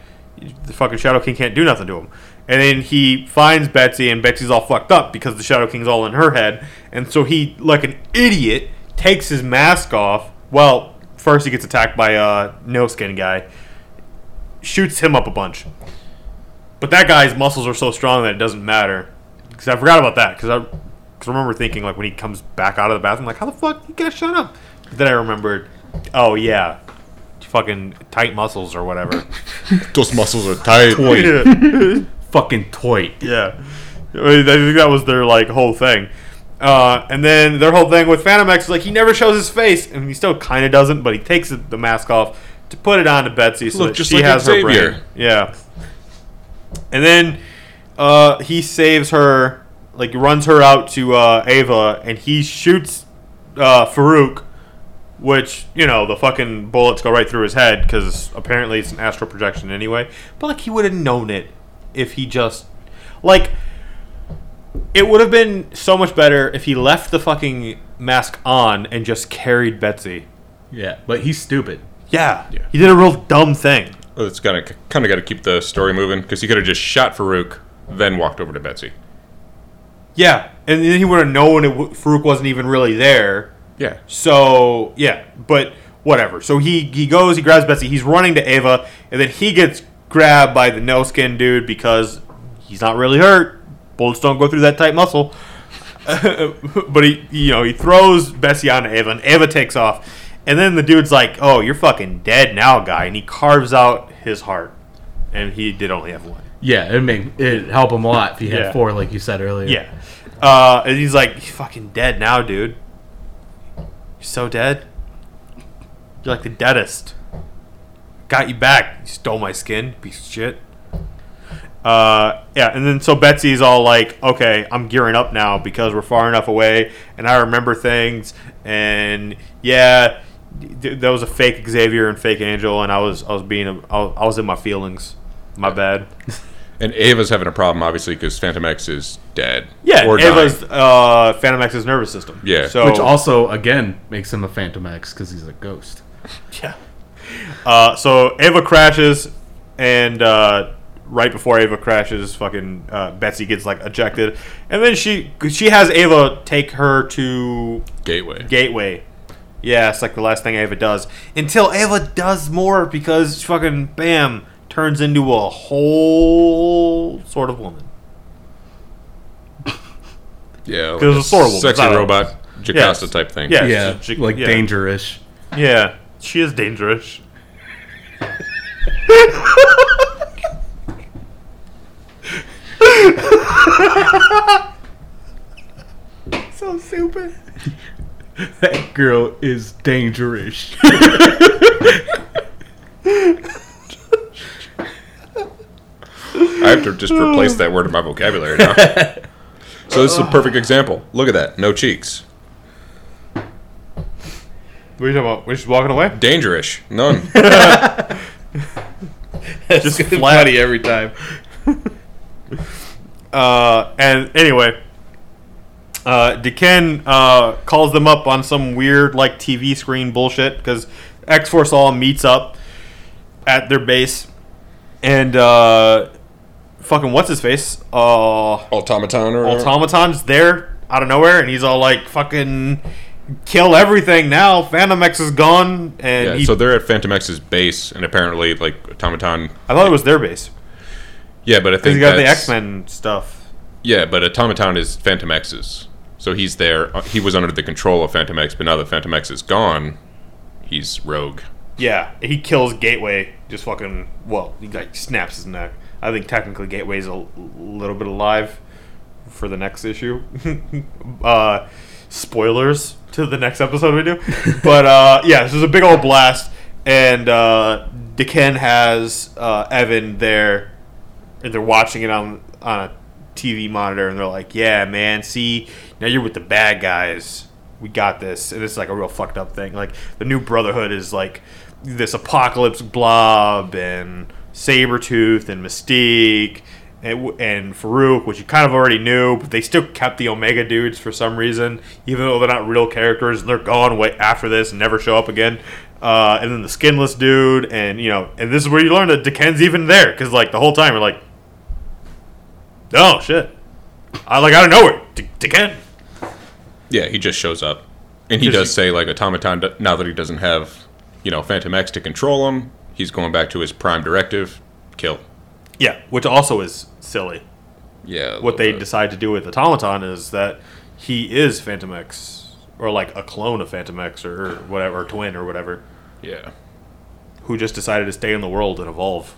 the fucking Shadow King can't do nothing to him. And then he finds Betsy, and Betsy's all fucked up because the Shadow King's all in her head. And so he, like an idiot, takes his mask off. Well, first he gets attacked by a no skin guy, shoots him up a bunch. But that guy's muscles are so strong that it doesn't matter. Because I forgot about that. Because I, cause I remember thinking, like, when he comes back out of the bathroom, like, how the fuck he got shot up? But then I remembered, oh, yeah, fucking tight muscles or whatever. Those muscles are tight. yeah. Fucking toy. yeah. I think that was their, like, whole thing. Uh, and then their whole thing with Phantom X is, like, he never shows his face. And he still kind of doesn't, but he takes the mask off to put it on to Betsy so Look that just she like has her Xavier. brain. Yeah. And then uh, he saves her, like runs her out to uh, Ava, and he shoots uh, Farouk, which you know the fucking bullets go right through his head because apparently it's an astral projection anyway. But like he would have known it if he just like it would have been so much better if he left the fucking mask on and just carried Betsy. Yeah, but he's stupid. Yeah, Yeah. he did a real dumb thing. It's gotta kind of got to keep the story moving because he could have just shot Farouk, then walked over to Betsy. Yeah, and then he would have known it. W- Farouk wasn't even really there. Yeah. So yeah, but whatever. So he he goes, he grabs Betsy, he's running to Ava, and then he gets grabbed by the no skin dude because he's not really hurt. Bullets don't go through that tight muscle. but he you know he throws Bessie onto Ava, and Ava takes off, and then the dude's like, "Oh, you're fucking dead now, guy," and he carves out his heart, and he did only have one. Yeah, it make it help him a lot if he had Yeah. four, like you said earlier. Yeah. Uh, and he's like, "You're fucking dead now, dude. You're so dead. You're like the deadest. Got you back. You stole my skin, piece of shit. Uh, yeah, and then so Betsy's all like, okay, I'm gearing up now because we're far enough away and I remember things. And yeah, th- that was a fake Xavier and fake Angel, and I was I was being a, I was- I was in my feelings. My bad. And Ava's having a problem, obviously, because Phantom X is dead. Yeah, Or Ava's dying. uh, Phantom X's nervous system. Yeah. so Which also, again, makes him a Phantom X because he's a ghost. Yeah. Uh, so Ava crashes, and uh, right before Ava crashes, fucking uh, Betsy gets like ejected, and then she she has Ava take her to Gateway. Gateway. Yeah, it's like the last thing Ava does. Until Ava does more because she fucking bam turns into a whole sort of woman. yeah, like There's a Thor woman, sexy I don't- robot Jocasta Yes. type thing. Yeah, yeah, she- she- like yeah. dangerous. Yeah, she is dangerous. So stupid. that girl is dangerous. I have to just replace that word in my vocabulary now. so this is a perfect example. Look at that. No cheeks. What are you talking about? We're just walking away. Dangerous. None. Just flatty every time. Uh, and anyway, uh, Deken uh, calls them up on some weird like TV screen bullshit because X Force all meets up at their base, and uh, fucking what's his face? Uh, Automaton or Automaton's there out of nowhere, and he's all like, "Fucking kill everything now! Phantom X is gone." And Yeah, he, so they're at Phantom X's base, and apparently, like Automaton. I thought it was their base Yeah, but I think because he got the that's- X Men stuff. Yeah, but Automaton is Phantom X's. So he's there. uh, He was under the control of Phantom X, but now that Phantom X is gone, he's Rogue. Yeah, he kills Gateway. Just fucking well, he like snaps his neck. I think technically Gateway's a l- little bit alive for the next issue. uh, spoilers to the next episode we do, but uh, yeah, this is a big old blast, and uh, Deken has uh, Evan there, and they're watching it on on a TV monitor, and they're like, "Yeah, man, see, now you're with the bad guys. We got this." And it's like a real fucked up thing. Like the new Brotherhood is like this apocalypse blob and Sabretooth and Mystique. And, w- and Farouk, which you kind of already knew, but they still kept the Omega dudes for some reason, even though they're not real characters. They're gone way after this and never show up again uh, and then the skinless dude, and you know, and this is where you learn that Deken's even there because like the whole time you're like, oh shit, I like I don't know where De- Deken. Yeah, he just shows up, and he Just- does say like Automaton. d- Now that he doesn't have, you know, Phantom X to control him, he's going back to his prime directive: kill. Yeah, which also is silly. Yeah, What they decide to do with Automaton is that he is Phantom X or like a clone of Phantom X or whatever, or twin or whatever, Yeah, who just decided to stay in the world and evolve.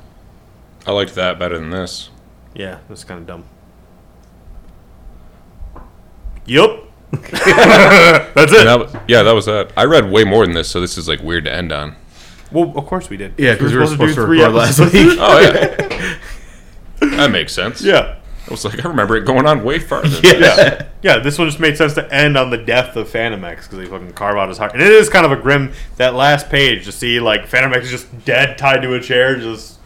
I liked that better than this. Yeah, that's kind of dumb. Yup. that's it. And that was, yeah, that was that. I read way more than this, so this is like weird to end on. Well, of course we did. Yeah, because we were supposed to do three record last episodes. week. Oh yeah, that makes sense. yeah, I was like, I remember it going on way farther. yeah, yeah. This one just made sense to end on the death of Phantom X because they fucking carve out his heart, and it is kind of a grim that last page to see like Phantom X is just dead, tied to a chair, just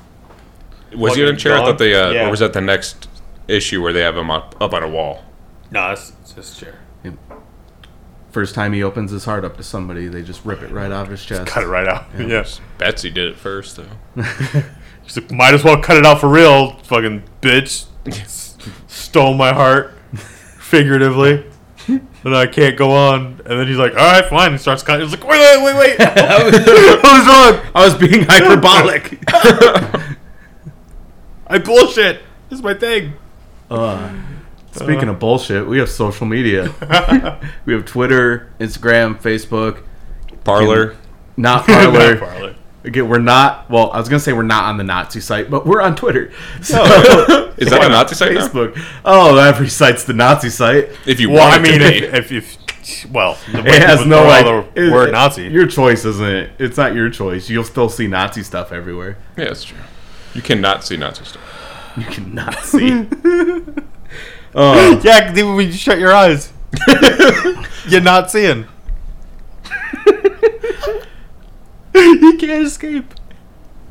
Was he in a Fucking chair? I dog. thought they, uh, Yeah. or was that the next issue where they have him up, up on a wall? no, it's, it's just a chair. First time he opens his heart up to somebody, they just rip it right off his chest. Cut it right out. Yeah, Betsy did it first, though. She's like, might as well cut it out for real, fucking bitch. S- Stole my heart, figuratively. And I can't go on. And then he's like, "All right, fine." He starts cutting. He's like, "Wait, wait, wait, wait! Who's wrong? I was being hyperbolic. I bullshit. This is my thing. Uh, speaking of bullshit, we have social media. we have Twitter, Instagram, Facebook. Parlor. Not Not Parler. parlor. Again, we're not. Well, I was gonna say we're not on the Nazi site, but we're on Twitter. So Is that a Nazi site now? Facebook. Oh, every site's the Nazi site. If you Well, want I it to be. mean, if, if, if well, the way It has people no throw like. out the it- word it- Nazi. Your choice isn't it? It's not your choice. You'll still see Nazi stuff everywhere. yeah, that's true. You cannot see Nazi stuff. You cannot see. yeah, 'cause even when you shut your eyes, you're not seeing. you can't escape.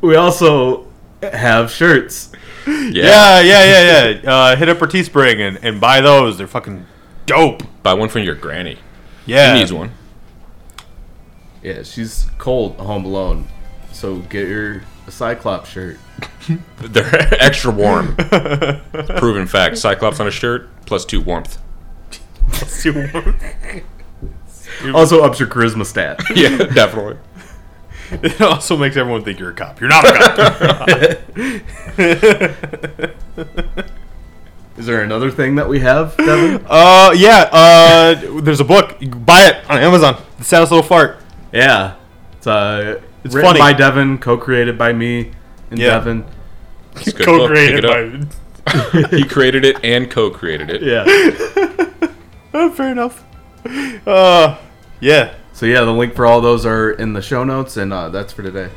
we also have shirts. Yeah. Yeah, yeah, yeah, yeah. Uh, hit up our Teespring and, and buy those. They're fucking dope. Buy one from your granny. Yeah, He needs one. Yeah, she's cold home alone. So get her a the Cyclops shirt. They're extra warm. Proven fact. Cyclops on a shirt plus two warmth. Also ups your charisma stat. Yeah, definitely. It also makes everyone think you're a cop. You're not a cop. Is there another thing that we have, Devin? uh, yeah. Uh, there's a book. You can buy it on Amazon. The saddest little fart. yeah, it's uh, It's written funny. by Devin, co-created by me and Yeah. Devin. It's a good book. Pick Co-created it up. by. He created it and co-created it. Yeah. Oh, fair enough. Uh, yeah. so yeah, the link for all those are in the show notes, and uh, that's for today.